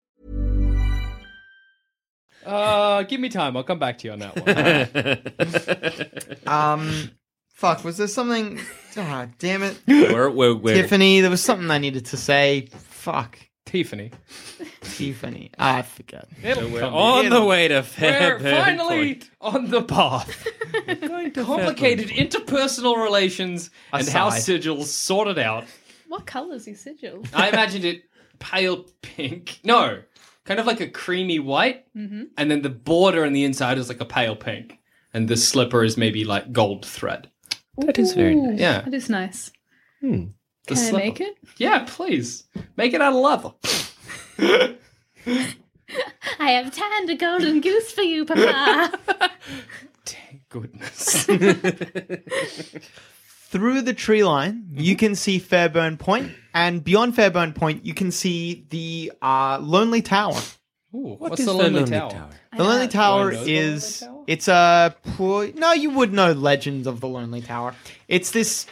Uh, give me time. I'll come back to you on that one. Um, fuck, was there something? Ah, damn it. We're, we're, we're, Tiffany, there was something I needed to say. Fuck, Tiffany. Tiffany. I forgot. It'll we're come. on the way to We're Fairburn finally Point. on the path. Complicated interpersonal relations and Aside. house sigils sorted out. What colour's your sigil? I imagined it pale pink. No, kind of like a creamy white, mm-hmm. and then the border on the inside is like a pale pink, and the slipper is maybe like gold thread. That is very nice. Yeah, That is nice. the Can I slipper. make it? Yeah, please make it out of leather. I have tanned a golden goose for you, Papa. Thank goodness. Through the tree line, you can see Fairburn Point, and beyond Fairburn Point, you can see the uh, Lonely Tower. Ooh, What what's is the lonely, tower? The Lonely Tower Do I know the is Lonely Tower? it's a pl- no, you would know Legends of the Lonely Tower. It's this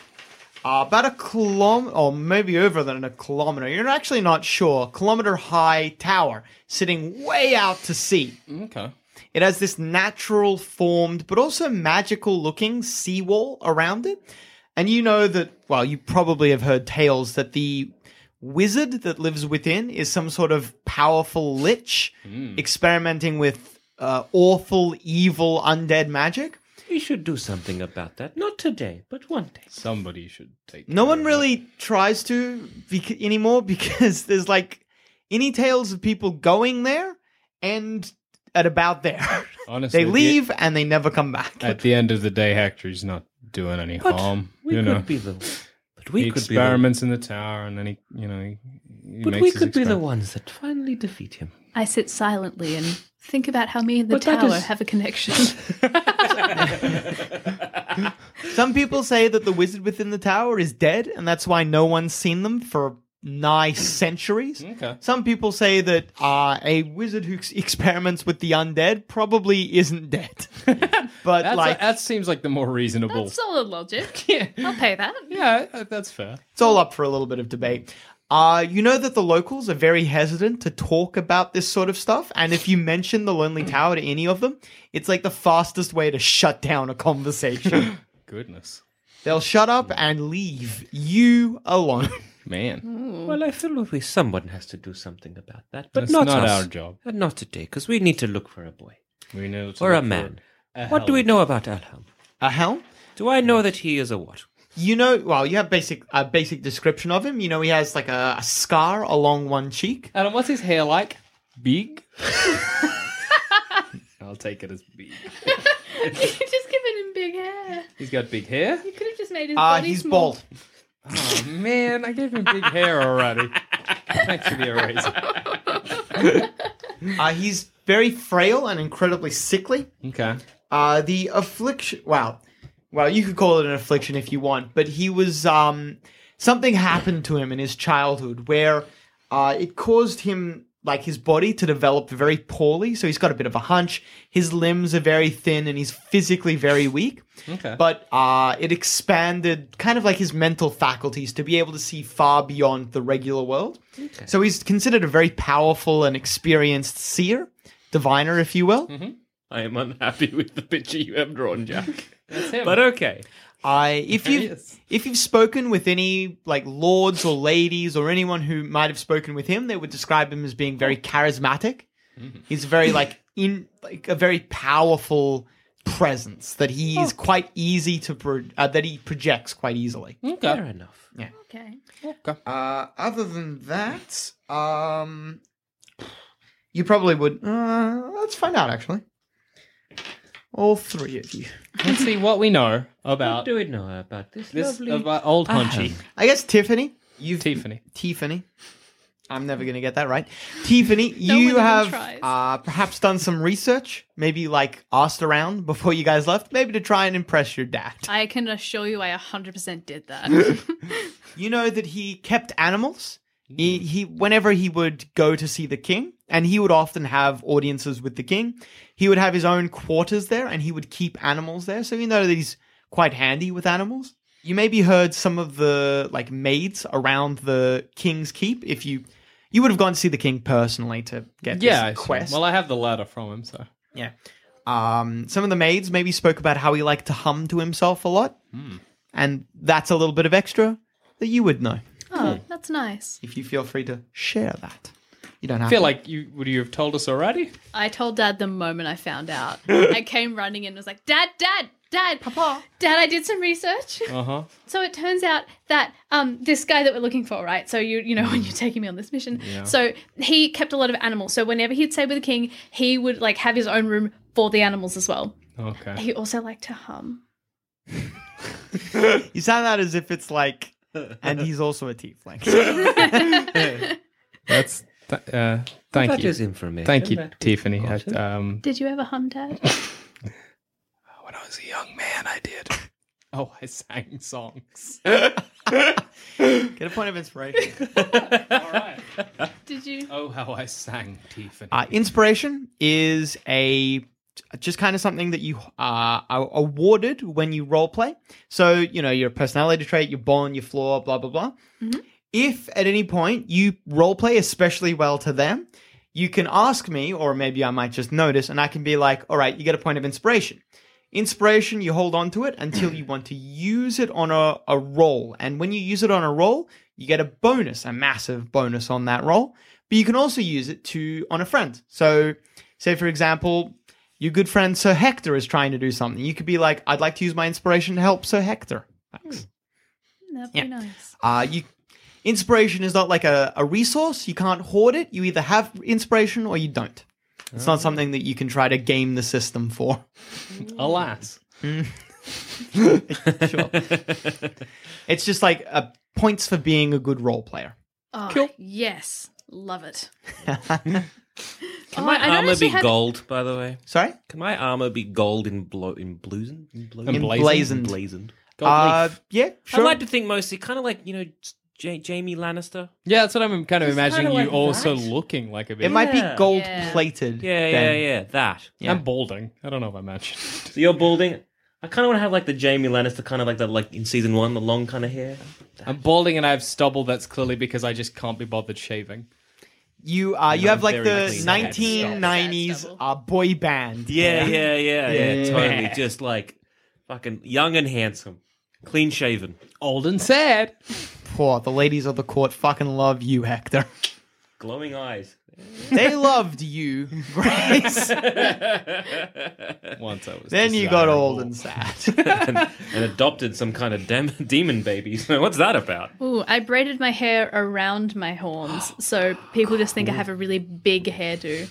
uh, about a kilometer, or maybe over than a kilometer. You're actually not sure. Kilometer high tower sitting way out to sea. Okay. It has this natural formed, but also magical looking seawall around it. And you know that, well, you probably have heard tales that the wizard that lives within is some sort of powerful lich experimenting with uh, awful, evil, undead magic. We should do something about that. Not today, but one day. Somebody should take. No care one of really tries to bec- anymore because there's like any tales of people going there and at about there. it. Honestly, they at the- leave and they never come back. At the end of the day, Hector's not doing any But harm. we you could know, be the. But he we could be the. experiments in the tower, and then he, you know, he, he But makes we his could be the experiment. ones that finally defeat him. I sit silently and think about how me and the But that tower is- have a connection. Some people say that the wizard within the tower is dead, and that's why no one's seen them for nigh centuries. Okay. Some people say that uh, a wizard who ex- experiments with the undead probably isn't dead. but That's like, that seems like the more reasonable. That's solid logic. yeah, I'll pay that. yeah, uh, that's fair. it's all up for a little bit of debate. Uh, you know that the locals are very hesitant to talk about this sort of stuff, and if you mention the Lonely Tower to any of them, it's like the fastest way to shut down a conversation. Goodness, They'll shut up and leave you alone. man, Well, I feel we someone has to do something about that, but that's not, not, us. our job. And not today, because we need to look for a boy We know to or a look for man. a what do we help. know about Alham? A hell? Do I know that he is a what? You know, well, you have basic a basic description of him. You know, he has like a, a scar along one cheek. Adam, what's his hair like? Big. I'll take it as big. You've just given him big hair. He's got big hair. You could have just made his Uh, body he's small. bald. Oh man, I gave him big hair already. Thanks for the eraser. Uh, he's very frail and incredibly sickly. Okay. Uh, the affliction. Wow, well, you could call it an affliction if you want, but he was um something happened to him in his childhood where uh, it caused him like his body to develop very poorly. So he's got a bit of a hunch. His limbs are very thin, and he's physically very weak. Okay. but uh, it expanded kind of like his mental faculties to be able to see far beyond the regular world. So he's considered a very powerful and experienced seer, diviner, if you will. I am unhappy with the picture you have drawn, Jack. That's him. but okay. I if There he you is. if you've spoken with any like lords or ladies or anyone who might have spoken with him, they would describe him as being very charismatic. Mm-hmm. He's very like in like a very powerful presence that he Oh. is quite easy to pro- uh, that he projects quite easily. Fair enough. Okay. Uh, other than that, um, you probably would. Uh, let's find out, actually. All three of you. Let's see what we know What about do we know about this, Uh, this lovely about old Ahem? Hunchy. I guess Tiffany. You've Tiffany. Tiffany. I'm never going to get that right. Tiffany, No one you even have tries. uh, perhaps done some research, maybe like asked around before you guys left, maybe to try and impress your dad. I can assure you I 100% did that. You know that he kept animals. He, Mm. he whenever he would go to see the king, and he would often have audiences with the king. He would have his own quarters there, and he would keep animals there. So you know that he's quite handy with animals. You maybe heard some of the like maids around the king's keep. If you you would have gone to see the king personally to get Yeah, I this see. quest. Well, I have the letter from him, so Yeah. Um, some of the maids maybe spoke about how he liked to hum to himself a lot, Hmm. and that's a little bit of extra that you would know oh, that's nice. if you feel free to share that. You don't have I feel to. like you would you have told us already? I told Dad the moment I found out. I came running in and was like, Dad, Dad, Dad, Papa, Dad, I did some research. Uh huh. So it turns out that um, this guy that we're looking for, right? So you you know when you're taking me on this mission, so he kept a lot of animals. So whenever he'd stay with the king, he would like have his own room for the animals as well. Okay. He also liked to hum. You sound that as if it's like, and he's also a tiefling. That's th- uh, thank That you. is information. Thank you, that we've Tiffany. I, gotten. um, Did you ever hum, Dad? when I was a young man, I did. Oh, I sang songs. Get a point of inspiration. Did you? Oh, how I sang, Tiffany. Uh, inspiration is a just kind of something that you uh, are awarded when you role play. So you know your personality trait, your bond, your flaw, blah blah blah. Mm-hmm. If at any point you role play especially well to them, you can ask me, or maybe I might just notice, and I can be like, "All right, you get a point of inspiration." Inspiration, you hold on to it until you want to use it on a, a roll. And when you use it on a roll, you get a bonus, a massive bonus on that roll. But you can also use it to on a friend. So say for example, your good friend Sir Hector is trying to do something. You could be like, I'd like to use my inspiration to help Sir Hector. Thanks. That'd be nice. Uh, you inspiration is not like a, a resource. You can't hoard it. You either have inspiration or you don't. It's not something that you can try to game the system for. Alas. sure. it's just like uh, points for being a good role player. Oh, Yes, love it. Can Oh, my I don't armor actually be have- gold, by the way? Sorry? Can my armor be gold in blo- in blueson? In blueson? Emblazoned. Blazoned. Gold Uh, leaf. yeah, sure. I like to think mostly kind of like, you know, J- Jamie Lannister. Yeah, that's what I'm kind of It's imagining kinda you like also that. looking like a bit. it might be Yeah. gold Yeah. plated. Yeah, yeah, then. yeah. That. yeah. I'm balding. I don't know if I match. So you're balding. I kind of want to have like the Jamie Lannister kind of like the like in season one, the long kind of hair. I'm balding and I have stubble. That's clearly because I just can't be bothered shaving. You uh, you Yeah, have I'm like very the clean. nineteen nineties Sad stubble. uh, boy band. Yeah, yeah, yeah, yeah. Yeah. Totally. Just like fucking young and handsome, clean shaven. Old and sad. Poor the ladies of the court fucking love you, Hector. Glowing eyes. they loved you, Grace. Once I was. then you got desirable. old and sad. and adopted some kind of dem- demon baby. So what's that about? Ooh, I braided my hair around my horns, so people just think I have a really big hairdo.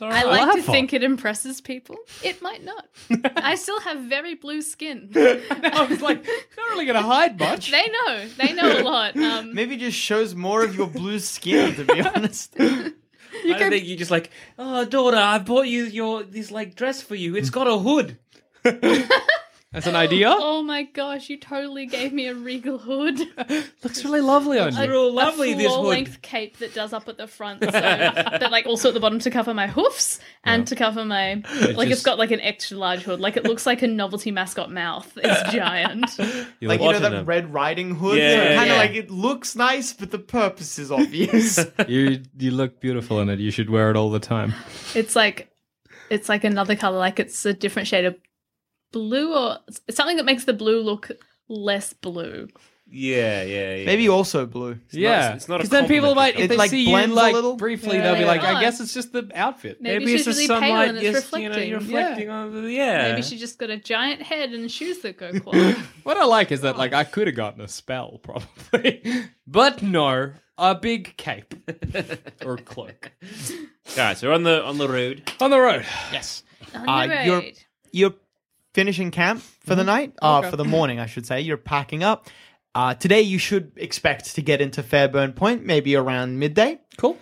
I like to think it impresses people. It might not. I still have very blue skin. I was like, not really gonna hide much. They know. They know a lot. Um, Maybe just shows more of your blue skin, to be honest. You I don't think you just like, oh daughter, I bought you your this like dress for you. It's got a hood. That's an idea. oh my gosh, you totally gave me a regal hood. Looks really lovely on It's you. real lovely. a This hood. length cape that does up at the front, so that like also at the bottom to cover my hoofs and to cover my like it's just- got like an extra large hood. Like it looks like a novelty mascot mouth. It's giant. You're Like you know "What that in a- Red Riding Hood, Yeah, yeah, kind of yeah. like it looks nice, but the purpose is obvious. You you look beautiful in it. You should wear it all the time. It's like it's like another color. Like it's a different shade of blue or it's something that makes the blue look less blue. Yeah, yeah, yeah. Maybe also blue. yeah, it's not a because then people compliment, might it's if they like see you blends a like little. briefly, Yeah. they'll be like, Oh. I guess it's just the outfit. Maybe, Maybe she's it's really just sunlight pale and it's just you reflecting. know you're Yeah. reflecting on the yeah. Maybe she just got a giant head and shoes that go quad. What I like is that like I could have gotten a spell probably, but no, a big cape or cloak All right, so we're on the on the road. on the road. Yes. On the Uh, you're- road. you're finishing camp for the night, uh, for the morning, I should say. You're packing up. Uh, today, you should expect to get into Fairburn Point, maybe around midday. Cool.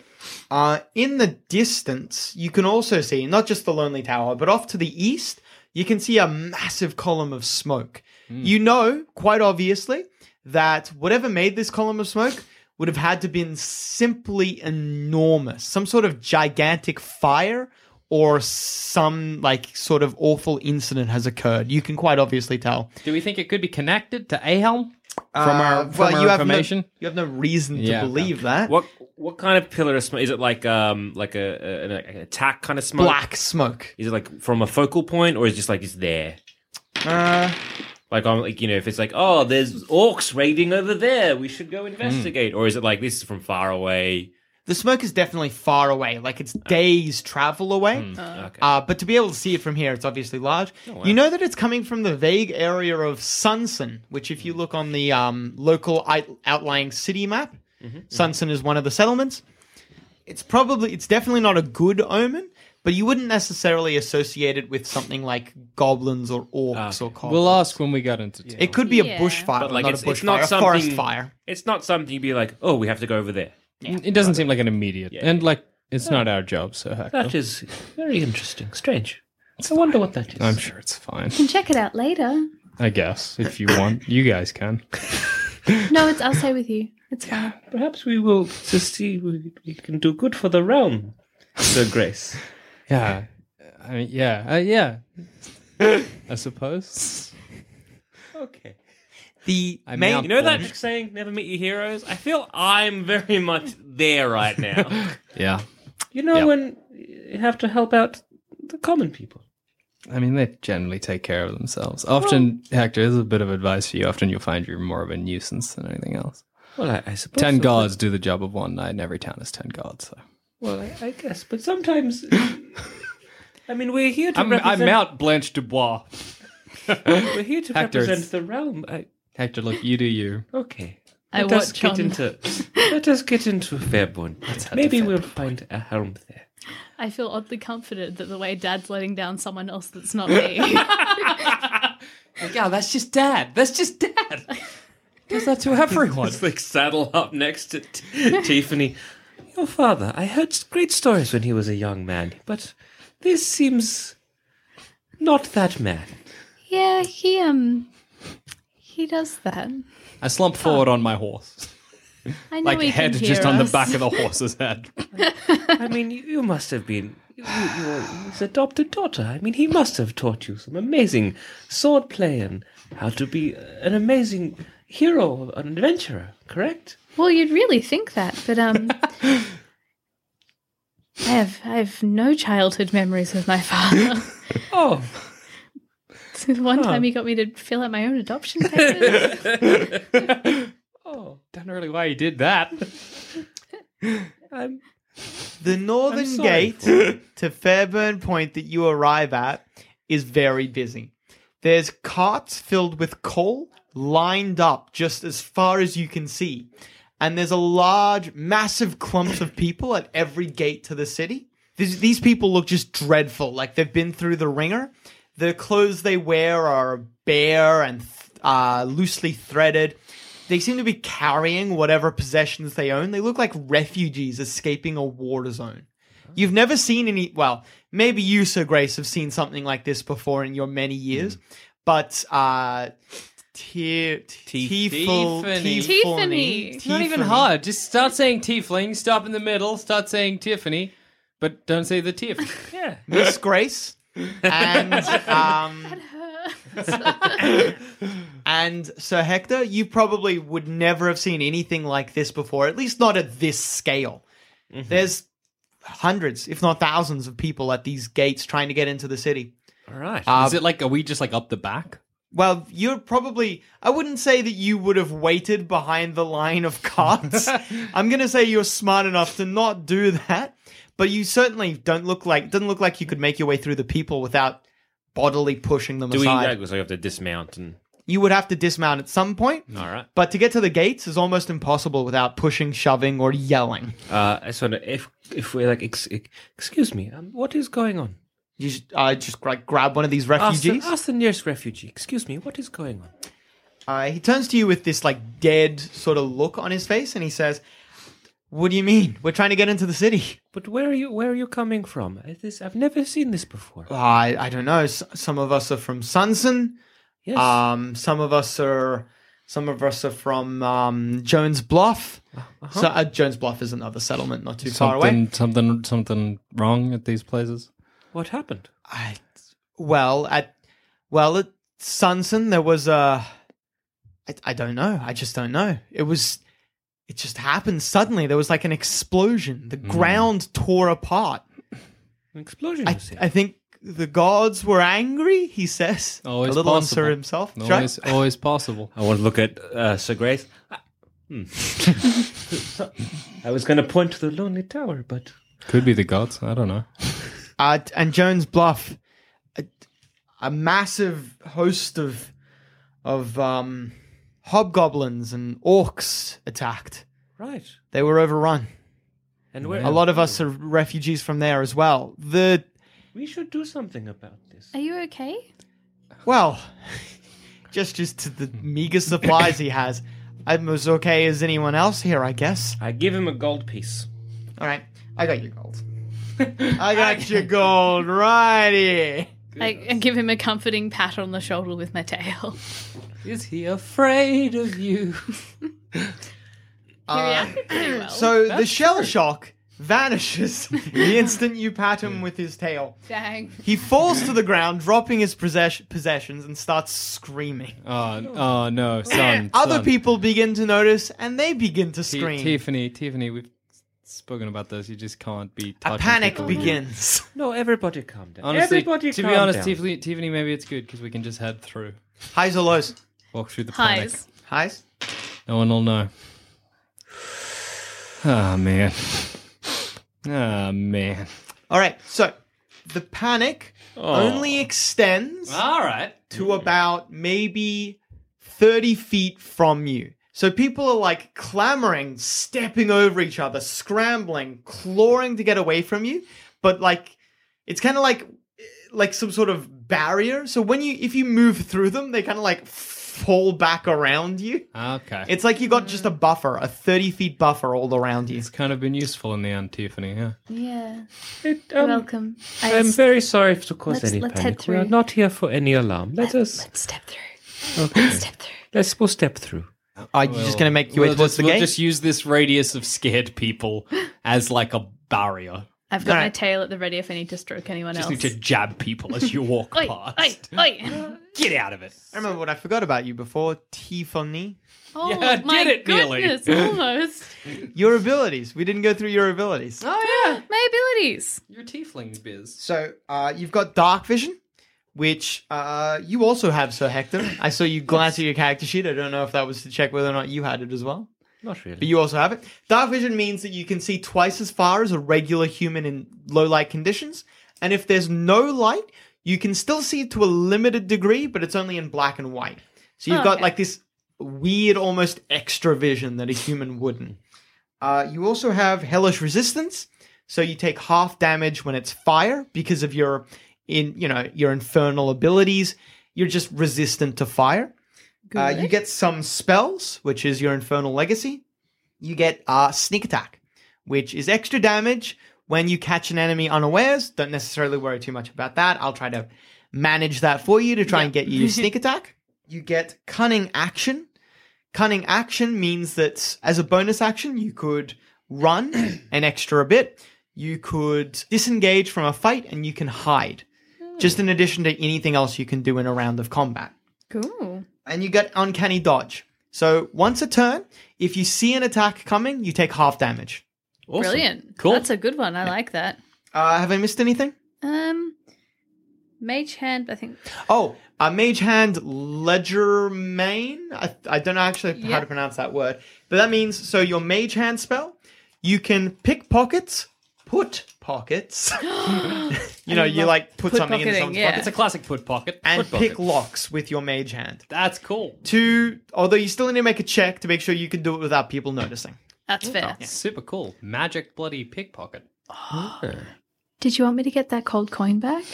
Uh, in the distance, you can also see not just the Lonely Tower, but off to the east, you can see a massive column of smoke. Hmm. You know, quite obviously, that whatever made this column of smoke would have had to been simply enormous, some sort of gigantic fire or some like sort of awful incident has occurred. You can quite obviously tell Do we think it could be connected to Ahelm from Uh, our well, from our you have no- information? you have no reason to Yeah, okay. believe that. What what kind of pillar of smoke is it? Like um like a, a an, an attack kind of smoke? Black smoke. Is it like from a focal point, or is it just like it's there? Uh, Like I'm like you know if it's like oh Hmm. there's orcs raiding over there, we should go investigate, or is it like this is from far away? The smoke is definitely far away, like it's days travel away. Hmm. Okay. Oh, Uh, but to be able to see it from here, it's obviously large. You know that it's coming from the vague area of Sunson, which, if you Hmm. look on the um, local I- outlying city map, Mm-hmm. Sunson is one of the settlements. It's probably, it's definitely not a good omen, but you wouldn't necessarily associate it with something like goblins or orcs or kobolds. We'll ask when we get into town. it could be Yeah. a bushfire, but like Uh, not it's, a bushfire, it's not a something. forest fire. It's not something you'd be like, oh, we have to go over there. It doesn't seem like an immediate, and like it's not our job, so heck, That is very interesting. Strange. I wonder what that is. I'm sure it's fine. You can check it out later. I guess if you want, you guys can. No, it's I'll stay with you. It's fine. Perhaps we will to see we, we can do good for the realm, Sir Grace. Yeah, I mean, yeah, uh, yeah. I suppose. okay. The I main, mean, You know that saying, never meet your heroes? I feel I'm very much there right now. Yeah, you know Yeah. when you have to help out the common people. I mean they generally take care of themselves. Often, Hector, this is a bit of advice for you. Often you'll find you're more of a nuisance than anything else. Well, I, I suppose. Ten so, but- guards do the job of one knight, and every town has ten guards. So. Well, I, I guess, but sometimes. I mean, we're here to I'm, represent. I'm out, Blanche Dubois. We're here to Hector's. represent the realm. I, Hector, look, you do you. okay. I let us watch get on. into. Let us get into Fairborn. Maybe we'll find a helm there. I feel oddly confident that the way Dad's letting down someone else that's not me. Yeah, that's just dad. That's just dad. Does that to everyone? It's like saddle up next to t- Tiffany. Your father, I heard s- great stories when he was a young man, but this seems not that man. yeah, he um, he does that. I slump forward on my horse, I know like he head can just hear on the us. back of the horse's head. I mean, you, you must have been you, you, you were his adopted daughter. I mean, he must have taught you some amazing sword play and how to be an amazing hero, an adventurer. Correct? Well, you'd really think that, but um, I have I have no childhood memories of my father. Oh, So the one time he got me to fill out my own adoption papers. oh, don't know really why he did that. I'm, The northern sorry gate to Fairburn Point that you arrive at is very busy. There's carts filled with coal lined up just as far as you can see. And there's a large, massive clumps of people at every gate to the city. These, these people look just dreadful, like they've been through the ringer. The clothes they wear are bare and th- uh, loosely threaded. They seem to be carrying whatever possessions they own. They look like refugees escaping a war zone. You've never seen any. Well, maybe you, Sir Grace, have seen something like this before in your many years. But uh, Ti- Ti- Tiefel- Tiffany. Tiffany. Tiefany- It's Not even Tiefany. hard. Just start saying tiefling. Stop in the middle. Start saying Tiffany, but don't say the tiff. yeah. Miss Grace and um, and Sir Hector, you probably would never have seen anything like this before, at least not at this scale. There's hundreds, if not thousands, of people at these gates trying to get into the city. All right. Is it like are we just like up the back? Well, you're probably. I wouldn't say that you would have waited behind the line of carts. I'm going to say you're smart enough to not do that. But you certainly don't look like. Doesn't look like you could make your way through the people without bodily pushing them Doing aside. that because I have to dismount and. You would have to dismount at some point. All right. But to get to the gates is almost impossible without pushing, shoving, or yelling. Uh, I just wonder if if we're like, ex- ex- excuse me, um, what is going on? You just, uh, just like grab one of these Ask the, refugees. ask the nearest refugee. Excuse me, what is going on? Uh, he turns to you with this like dead sort of look on his face, and he says, "What do you mean? We're trying to get into the city." But where are you? Where are you coming from? Is this, I've never seen this before. Uh, I, I don't know. S- some of us are from Sunson. yes. Um, some of us are. Some of us are from um, Jones Bluff. So uh, Jones Bluff is another settlement not too far away. Uh-huh. something, something wrong at these places. what happened? I, well, at well at Sunson there was a. I, I don't know. I just don't know. It was. It just happened suddenly. There was like an explosion. Hmm. The ground tore apart. An explosion. I, was here. I think the gods were angry. He says Always a little Oh, possible. uncer himself. That's right. Always, always possible. I want to look at uh, Sir Grace. I, I was going to point to the Lonely Tower, but Could be the gods. I don't know. Uh, t- and Jones Bluff, a, a massive host of of um, hobgoblins and orcs attacked. right. They were overrun. And we're, A lot of us are refugees from there as well. The We should do something about this. Are you okay? well, just just to the meager supplies he has. I'm as okay as anyone else here, I guess. I give him a gold piece. All right, I got your gold. I got your gold right here. I, I give him a comforting pat on the shoulder with my tail. Is he afraid of you? He reacted pretty Oh, well. So the shell shock vanishes the instant you pat him with his tail. Dang. He falls to the ground, dropping his possess- possessions, and starts screaming. Oh, n- oh no, son. Other son. people begin to notice, and they begin to um, T- scream. Tiffany, Tiffany, we've spoken about this. You just can't be. A touching panic people. begins. No, everybody calm down. Honestly, everybody to calm be honest, down. Tiffany, Tiffany, maybe it's good because we can just head through, Highs or lows? walk through the panic. Highs. Highs. No one will know. Oh man. Oh man. All right. So the panic Oh. only extends All right. to about maybe 30 feet from you. So people are like clamoring, stepping over each other, scrambling, clawing to get away from you, but like it's kind of like like some sort of barrier. So when you if you move through them, they kind of like fall back around you. Okay. It's, It's like you got just Mm-hmm. a buffer, a 30 feet buffer all around you. kind of been useful in the end, Tiffany. Yeah. Yeah. It, um, Welcome. I I'm very sorry to cause Let's- any let's head panic. We are through. not here for any alarm. Let us Let's step through. okay. Step through. let's we'll step through. Are you just going to make your way we'll towards just, the we'll gate? just use this radius of scared people as like a barrier. I've got my Alright. tail at the ready if I need to stroke anyone Just else. need to jab people as you walk Oi, past. oi, oi. Get out of it. I remember what I forgot about you before, Tiffany. Oh, Yeah, I my did it, nearly. goodness, almost. Your abilities. We didn't go through your abilities. Oh yeah. My abilities. Your tiefling biz. So uh, you've got dark vision, which uh, you also have, Sir Hector. I saw you glance at your character sheet. I don't know if that was to check whether or not you had it as well, Not really. but you also have it. Dark vision means that you can see twice as far as a regular human in low light conditions, and if there's no light, you can still see to a limited degree, but it's only in black and white. So you've Oh, got okay. like this weird, almost extra vision that a human wouldn't. Uh, you also have hellish resistance, so you take half damage when it's fire because of your in you know your infernal abilities. You're just resistant to fire. Uh, you get some spells, which is your infernal legacy. You get uh, sneak attack, which is extra damage when you catch an enemy unawares. Don't necessarily worry too much about that. I'll try to manage that for you to try and get you your sneak attack. You get cunning action, Cunning action means that as a bonus action, you could run an extra bit. You could disengage from a fight and you can hide, just in addition to anything else you can do in a round of combat. Cool. And you get uncanny dodge. So once a turn, if you see an attack coming, you take half damage. Brilliant. Cool. That's a good one. I like that. Uh, have I missed anything? Um, Mage Hand, I think. Oh, uh, Mage Hand Ledgermain. I, I don't know actually Yeah. how to pronounce that word, but that means so your Mage Hand spell, you can pick pockets, put pockets. you know, you like put, put something in pocketing, someone's yeah. pockets It's a classic foot pocket. and Foot pick pocket. locks with your Mage Hand. That's cool. To although you still need to make a check to make sure you can do it without people noticing. That's fair. Super cool. Magic bloody pickpocket. Did you want me to get that cold coin back?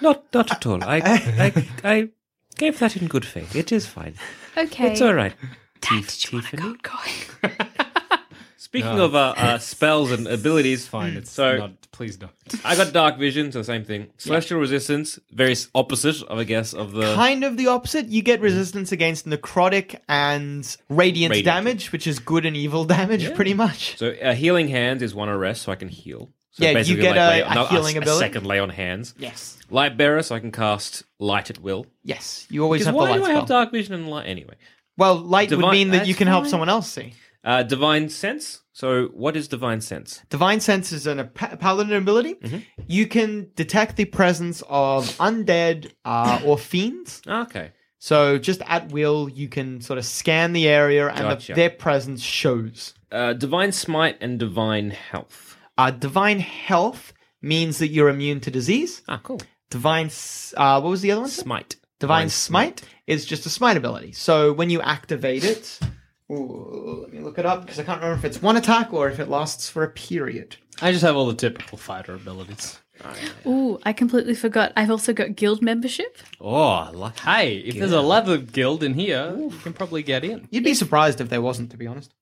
Not not at all. I, I I gave that in good faith. It is fine. Okay. It's all right. Dad, Tiff- did you want a Tiffany? cold coin? Speaking No. of uh, uh, spells and abilities, Mm. Fine. It's so not. Please don't. I got dark vision, so same thing. Celestial resistance, very s- opposite, I guess, of the Kind of the opposite. You get resistance against necrotic and radiant, Radiant. damage, which is good and evil damage, pretty much. So uh, healing hands is one arrest, so I can heal. So Yeah, you basically, get a- lay- a another- healing ability. second lay on hands. Yes. Light bearer, so I can cast light at will. Yes. You always Because have the why light do I spell. have dark vision and light anyway? Well, light Divine- would mean that you that's can help fine. someone else see. Uh, divine sense. So what is divine sense? Divine sense is an, a pa- paladin ability. Mm-hmm. You can detect the presence of undead uh, or fiends. Ah, Okay. So just at will, you can sort of scan the area and the- Gotcha. their presence shows. Uh, divine smite and divine health. Uh, divine health means that you're immune to disease. Ah, cool. Divine, s- uh, what was the other one? Smite. Divine Smite is just a smite ability. So when you activate it, ooh, let me look it up because I can't remember if it's one attack or if it lasts for a period. I just have all the typical fighter abilities. Ooh, I completely forgot. I've also got guild membership. Oh, I like- hey, if there's a leather guild in here, you can probably get in. You'd be surprised if there wasn't, to be honest.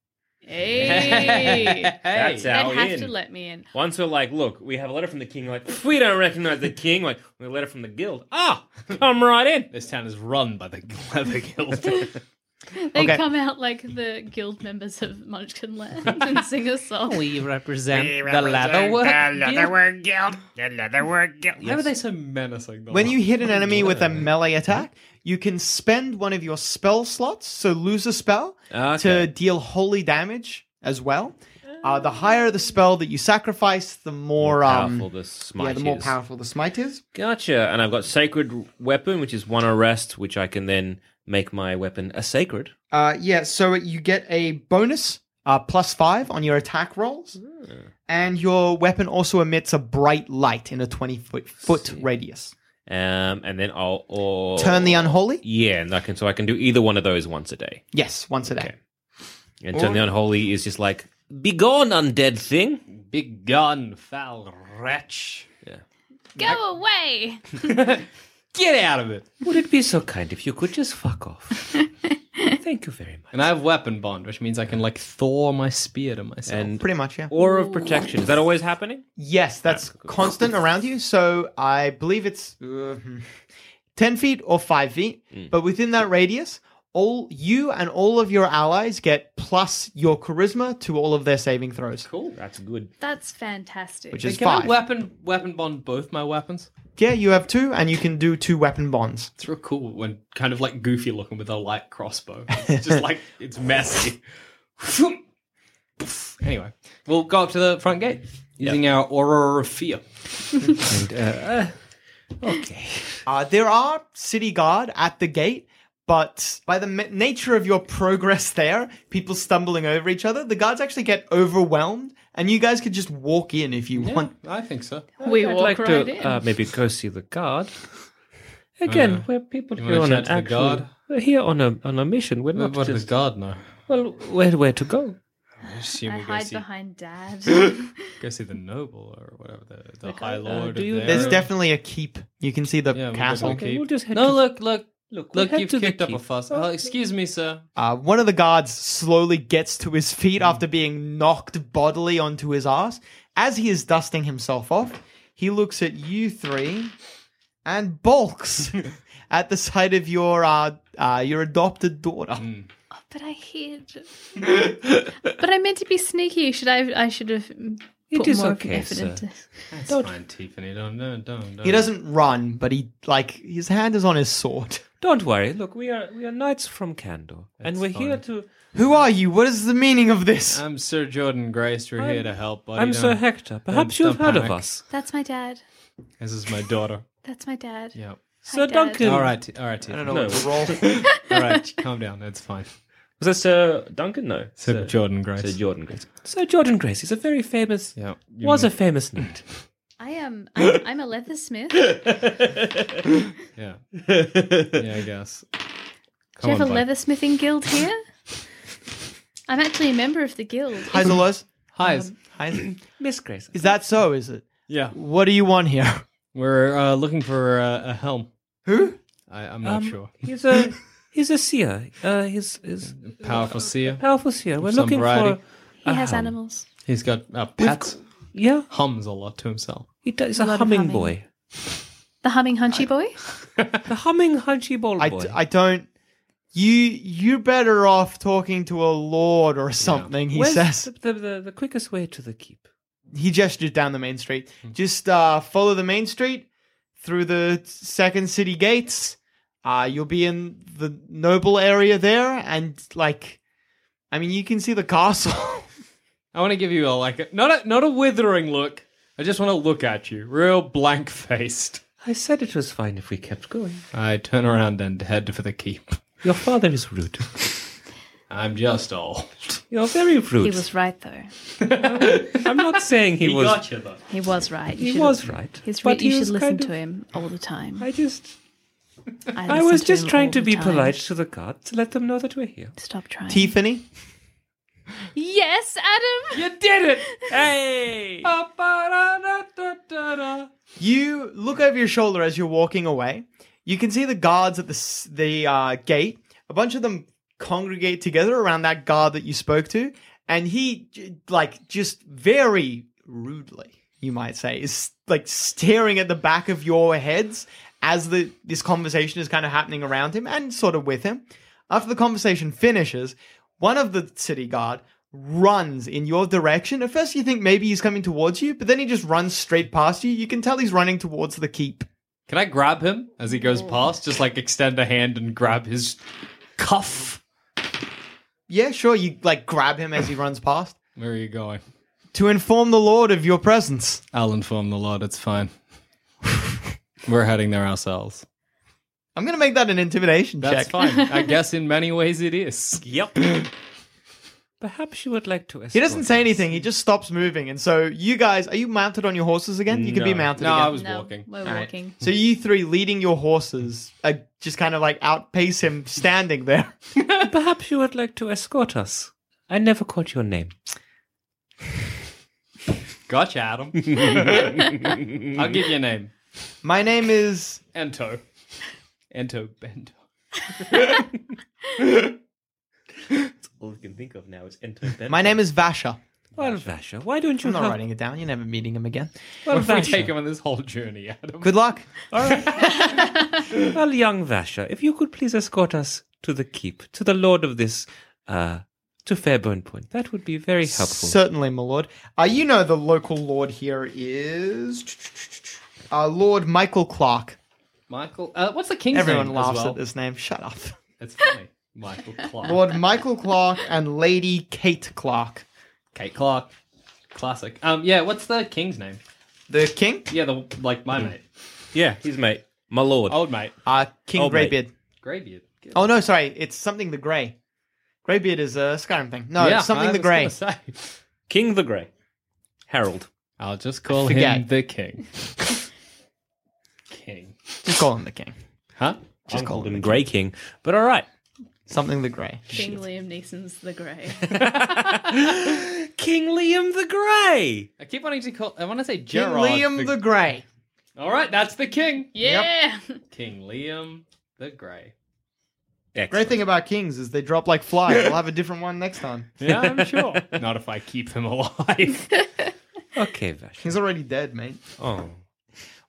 Hey, That's they'd our have in. to let me in. Once we're like, look, we have a letter from the king. Like, we don't recognize the king. Like, we have a letter from the guild. Ah, come right in. This town is run by the leather guild. They Okay. come out like the guild members of Munchkin Land and sing a song. we represent the leather work. guild. Why were they so menacing? When you hit an enemy with a melee attack, you can spend one of your spell slots, so lose a spell, to Okay. deal holy damage as well. Uh, the higher the spell that you sacrifice, the more um, Powerful the smite. yeah, the more is. powerful the smite is. Gotcha. And I've got sacred weapon, which is one arrest, which I can then make my weapon a sacred. Uh, yeah, so you get a bonus uh, plus five on your attack rolls, and your weapon also emits a bright light in a twenty foot foot radius. Um, and then I'll or Turn Oh. the unholy. yeah, and I can so I can do either one of those once a day. Yes, once a day. And turn the unholy is just like begone undead thing. big gun, foul wretch, Go away! get out of it. Would it be so kind if you could just fuck off? Thank you very much. And I have weapon bond, which means I can like thaw my spear to myself. And Mm, Pretty much, yeah. aura of protection is that always happening? Yes, that's constant around you. So I believe it's uh, hmm, ten feet or five feet, Mm. but within that radius, all you and all of your allies get plus your charisma to all of their saving throws, cool. That's good. That's fantastic. which is Can I five. weapon weapon bond both my weapons? yeah, you have two, and you can do two weapon bonds. It's real cool when kind of like goofy looking with a light crossbow. It's just like it's messy. anyway, we'll go up to the front gate using our aura of fear. Uh, there are city guard at the gate, but by the ma- nature of your progress there, people stumbling over each other, the guards actually get overwhelmed, and you guys could just walk in if you want. I think so. we I'd walk like right to in. uh, maybe go see the guard. Uh, Again, we're people you here on wanna an chat to the actual. guard? We're here on a on a mission. We're What not does just God know? well. Where where to go? I assume I we go hide see, behind dad. go see the noble or whatever the, the Like, high uh, lord. do of you- there. There's definitely a keep. You can see the Yeah, we'll go castle. back. Okay. we'll just head no. to- Look, look, Look, we'll look! head You've to the kicked up a keep. fuss. Oh, excuse me, sir. Uh, one of the guards slowly gets to his feet after being knocked bodily onto his ass. As he is dusting himself off, he looks at you three and balks at the sight of your uh, uh, your adopted daughter. but I hid. but I meant to be sneaky. Should I? I should have mm, It put is more okay, effort sir. into. That's fine, Tiffany. Don't, don't, don't. He doesn't run, but he like his hand is on his sword. Don't worry. Look, we are we are knights from Candor, and we're here to. Who are you? What is the meaning of this? I'm Sir Jordan Grace. We're here to help, buddy. I'm Sir Don't- Hector. Perhaps don't- you have don't heard of panic. us, That's my dad. This is my daughter. That's my dad. Yep. Sir Dad. Duncan. All right, all right, Tiffany. No, was roll. All right, calm down. That's fine. that Sir Duncan? No, Sir, Jordan Grace. Sir Jordan Grace. Sir Jordan Grace is a very famous. Yeah, you was know- a famous knight. I am. I'm, I'm a leathersmith. Yeah. yeah, I guess. Do you Come have a on, bud. leathersmithing guild here? I'm actually a member of the guild. Highs or lows? Highs. Highs. Miss Grace. Um, Is that so? Is it? Yeah. What do you want here? We're uh, looking for uh, a helm. Who? I, I'm not sure. Um, He's a he's a seer. Uh, he's is Powerful seer. powerful seer. We're Some looking variety. for. He has animals. He's got uh, pets. Yeah, Hums a lot to himself. he does, he's a, lot of humming, humming. boy. The humming hunchy boy. The humming hunchy ball I, boy. d- I don't. You you're better off talking to a lord or something. He Where's says. the, the, the the quickest way to the keep. He gestures down the main street. Hmm. Just uh, follow the main street through the second city gates. Uh, you'll be in the noble area there, and like, I mean, you can see the castle. I want to give you a like, a, not a, not a withering look. I just want to look at you, real blank faced. I said it was fine if we kept going. I turn around and head for the keep. Your father is rude. I'm just old. You're very rude. He was right though. I'm not saying he, was. you though. He was right. You He should- was right. He's but right. You he should was listen kind of- to him all the time. I just. I, I listen was to just him trying all to the be time. polite to the guard to let them know that we're here. Stop trying. Tiffany? Yes, Adam. You did it! Hey! You look over your shoulder as you're walking away. You can see the guards at the s- the uh, gate. A bunch of them congregate together around that guard that you spoke to, and he j- like just very rudely, you might say, is like staring at the back of your heads as the this conversation is kind of happening around him and sort of with him. After the conversation finishes, one of the city guard runs in your direction. At first, you think maybe he's coming towards you, but then he just runs straight past you. You can tell he's running towards the keep. Can I grab him as he goes past? Just like extend a hand and grab his cuff. Yeah, sure. You like grab him as he runs past Where are you going? to inform the Lord of your presence. I'll inform the Lord. It's fine. We're heading there ourselves. I'm gonna make that an intimidation check. That's fine. I guess in many ways it is. Yep. Perhaps you would like to. He doesn't say anything. He just stops moving, and so you guys are you mounted on your horses again? You can be No. mounted No, again. I was No, walking. We're walking. so you three leading your horses, uh, just kind of like outpace him standing there. Perhaps you would like to escort us. I never caught your name. Gotcha, Adam. I'll give you a name. My name is Anto. Anto Bento. All we can think of now is enter bed. my name is Vasha. Well, Vasha, why don't you I'm not have- writing it down. You're never meeting him again. Well, What if we Vasha. take him on this whole journey, Adam? Good luck. Well, young Vasha, if you could please escort us to the keep, to the lord of this, uh, to Fairburn Point, that would be very helpful. Certainly, my lord. Uh, you know the local lord here is uh, Lord Michael Clark. Michael. Uh, what's the king's Everyone name? laughs as well? at this name. Shut up. It's funny. Michael Clark. Lord Michael Clark and Lady Kate Clark. Kate Clark. Classic. Um, yeah, what's the king's name? The king? Yeah, the like Hmm. my mate. yeah, his mate, my lord. Old mate. Uh, King Oh, mate. Greybeard. Greybeard. Good. Oh, no, sorry. It's something the Grey. Greybeard is a Skyrim thing. No, it's something I the was Grey. gonna say. King the Grey, Harold. I'll just call Forget. him the king. king. Just call him the king. Huh? Just called him Grey King. But all right, Something the Grey. King Liam Neeson's The Grey. King Liam the Grey. I keep wanting to call. I want to say King Gerard. Liam the Grey. All right, that's the king. Yeah. King Liam the Grey. Great thing about kings is they drop like flies. We'll have a different one next time. Yeah, I'm sure. Not if I keep him alive. Okay, Vasha. He's already dead, mate. Oh.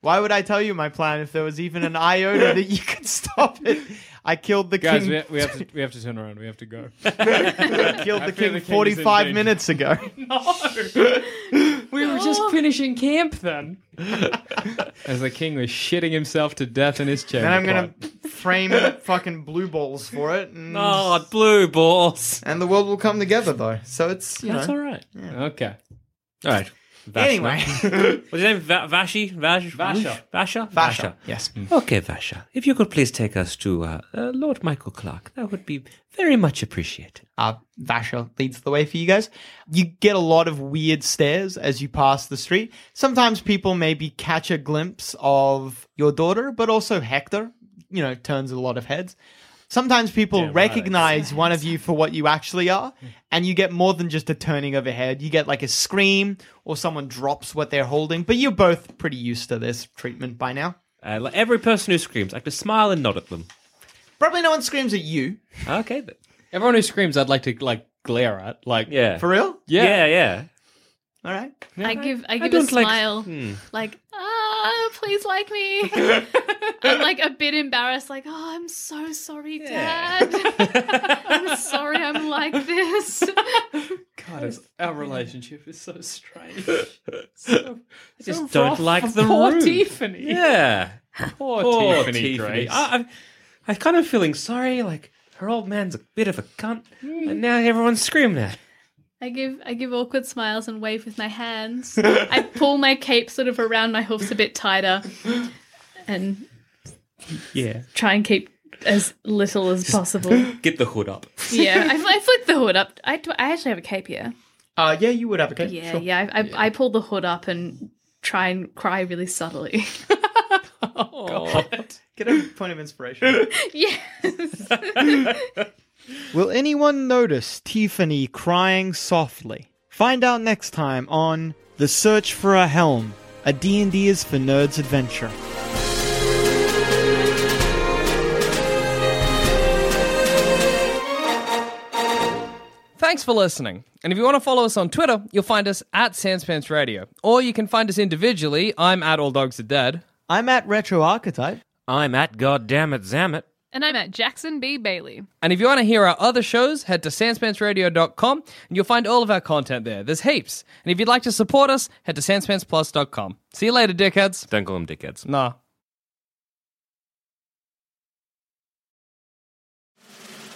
Why would I tell you my plan if there was even an iota that you could stop it? I killed the Guys, king. we, we have to we have to turn around. We have to go. I killed the king feel the king is in 45 danger. minutes ago. No. we were just finishing camp then. As the king was shitting himself to death in his chair. Then I'm gonna frame fucking blue balls for it, and, Oh, blue balls. and the world will come together though. So it's you That's know. all right. Okay. All right. Vashna. Anyway, What's his name? Va- Vashi? Vash? Vasha. Vasha? Vasha. Yes. Hmm. Okay, Vasha. If you could please take us to uh, uh, Lord Michael Clark, that would be very much appreciated. Uh, Vasha leads the way for you guys. You get a lot of weird stares as you pass the street. Sometimes people maybe catch a glimpse of your daughter, but also Hector, you know, turns a lot of heads. Sometimes people recognize one of you for what you actually are, Hmm. and you get more than just a turning of a head. You get like a scream or someone drops what they're holding, but you're both pretty used to this treatment by now. Uh, like every person who screams, I have to smile and nod at them. Probably no one screams at you. Okay. Then. Everyone who screams, I'd like to like glare at. Like Yeah. For real? yeah. Yeah, yeah. All right. I give I give a don't like- smile, like ah, please like me. I'm like a bit embarrassed, like oh, I'm so sorry, Dad. I'm sorry, I'm like this. God, it's, our relationship is so strange. so, I just don't like the poor room. Tiffany. Yeah. Poor, Poor Tiffany. Uh, Tiffany. Grace. I, I'm, I'm kind of feeling sorry. Like, her old man's a bit of a cunt, Mm. and now everyone's screaming at her. I give I give awkward smiles and wave with my hands. I pull my cape sort of around my hoofs a bit tighter. and Yeah. try and keep as little as possible. Get the hood up. yeah, I, fl- I flicked the hood up. I, do- I actually have a cape here. Uh, yeah, you would have a cape. Yeah, sure. yeah. I, I, I pull the hood up and try and cry really subtly. Get a point of inspiration. yes. Will anyone notice Tiffany crying softly? Find out next time on The Search for a Helm, a D&D is for nerds adventure. Thanks for listening. And if you want to follow us on Twitter, you'll find us at Sanspants Radio. Or you can find us individually. I'm at All Dogs Are Dead. I'm at Retro Archetype. I'm at goddammit zammit. And I'm at Jackson B. Bailey. And if you want to hear our other shows, head to sanspantsradio.com and you'll find all of our content there. There's heaps. And if you'd like to support us, head to sanspantsplus.com. See you later, dickheads. Don't call them dickheads. Nah.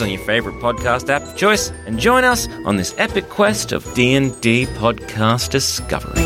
on your favorite podcast app of choice and join us on this epic quest of D&D podcast discovery.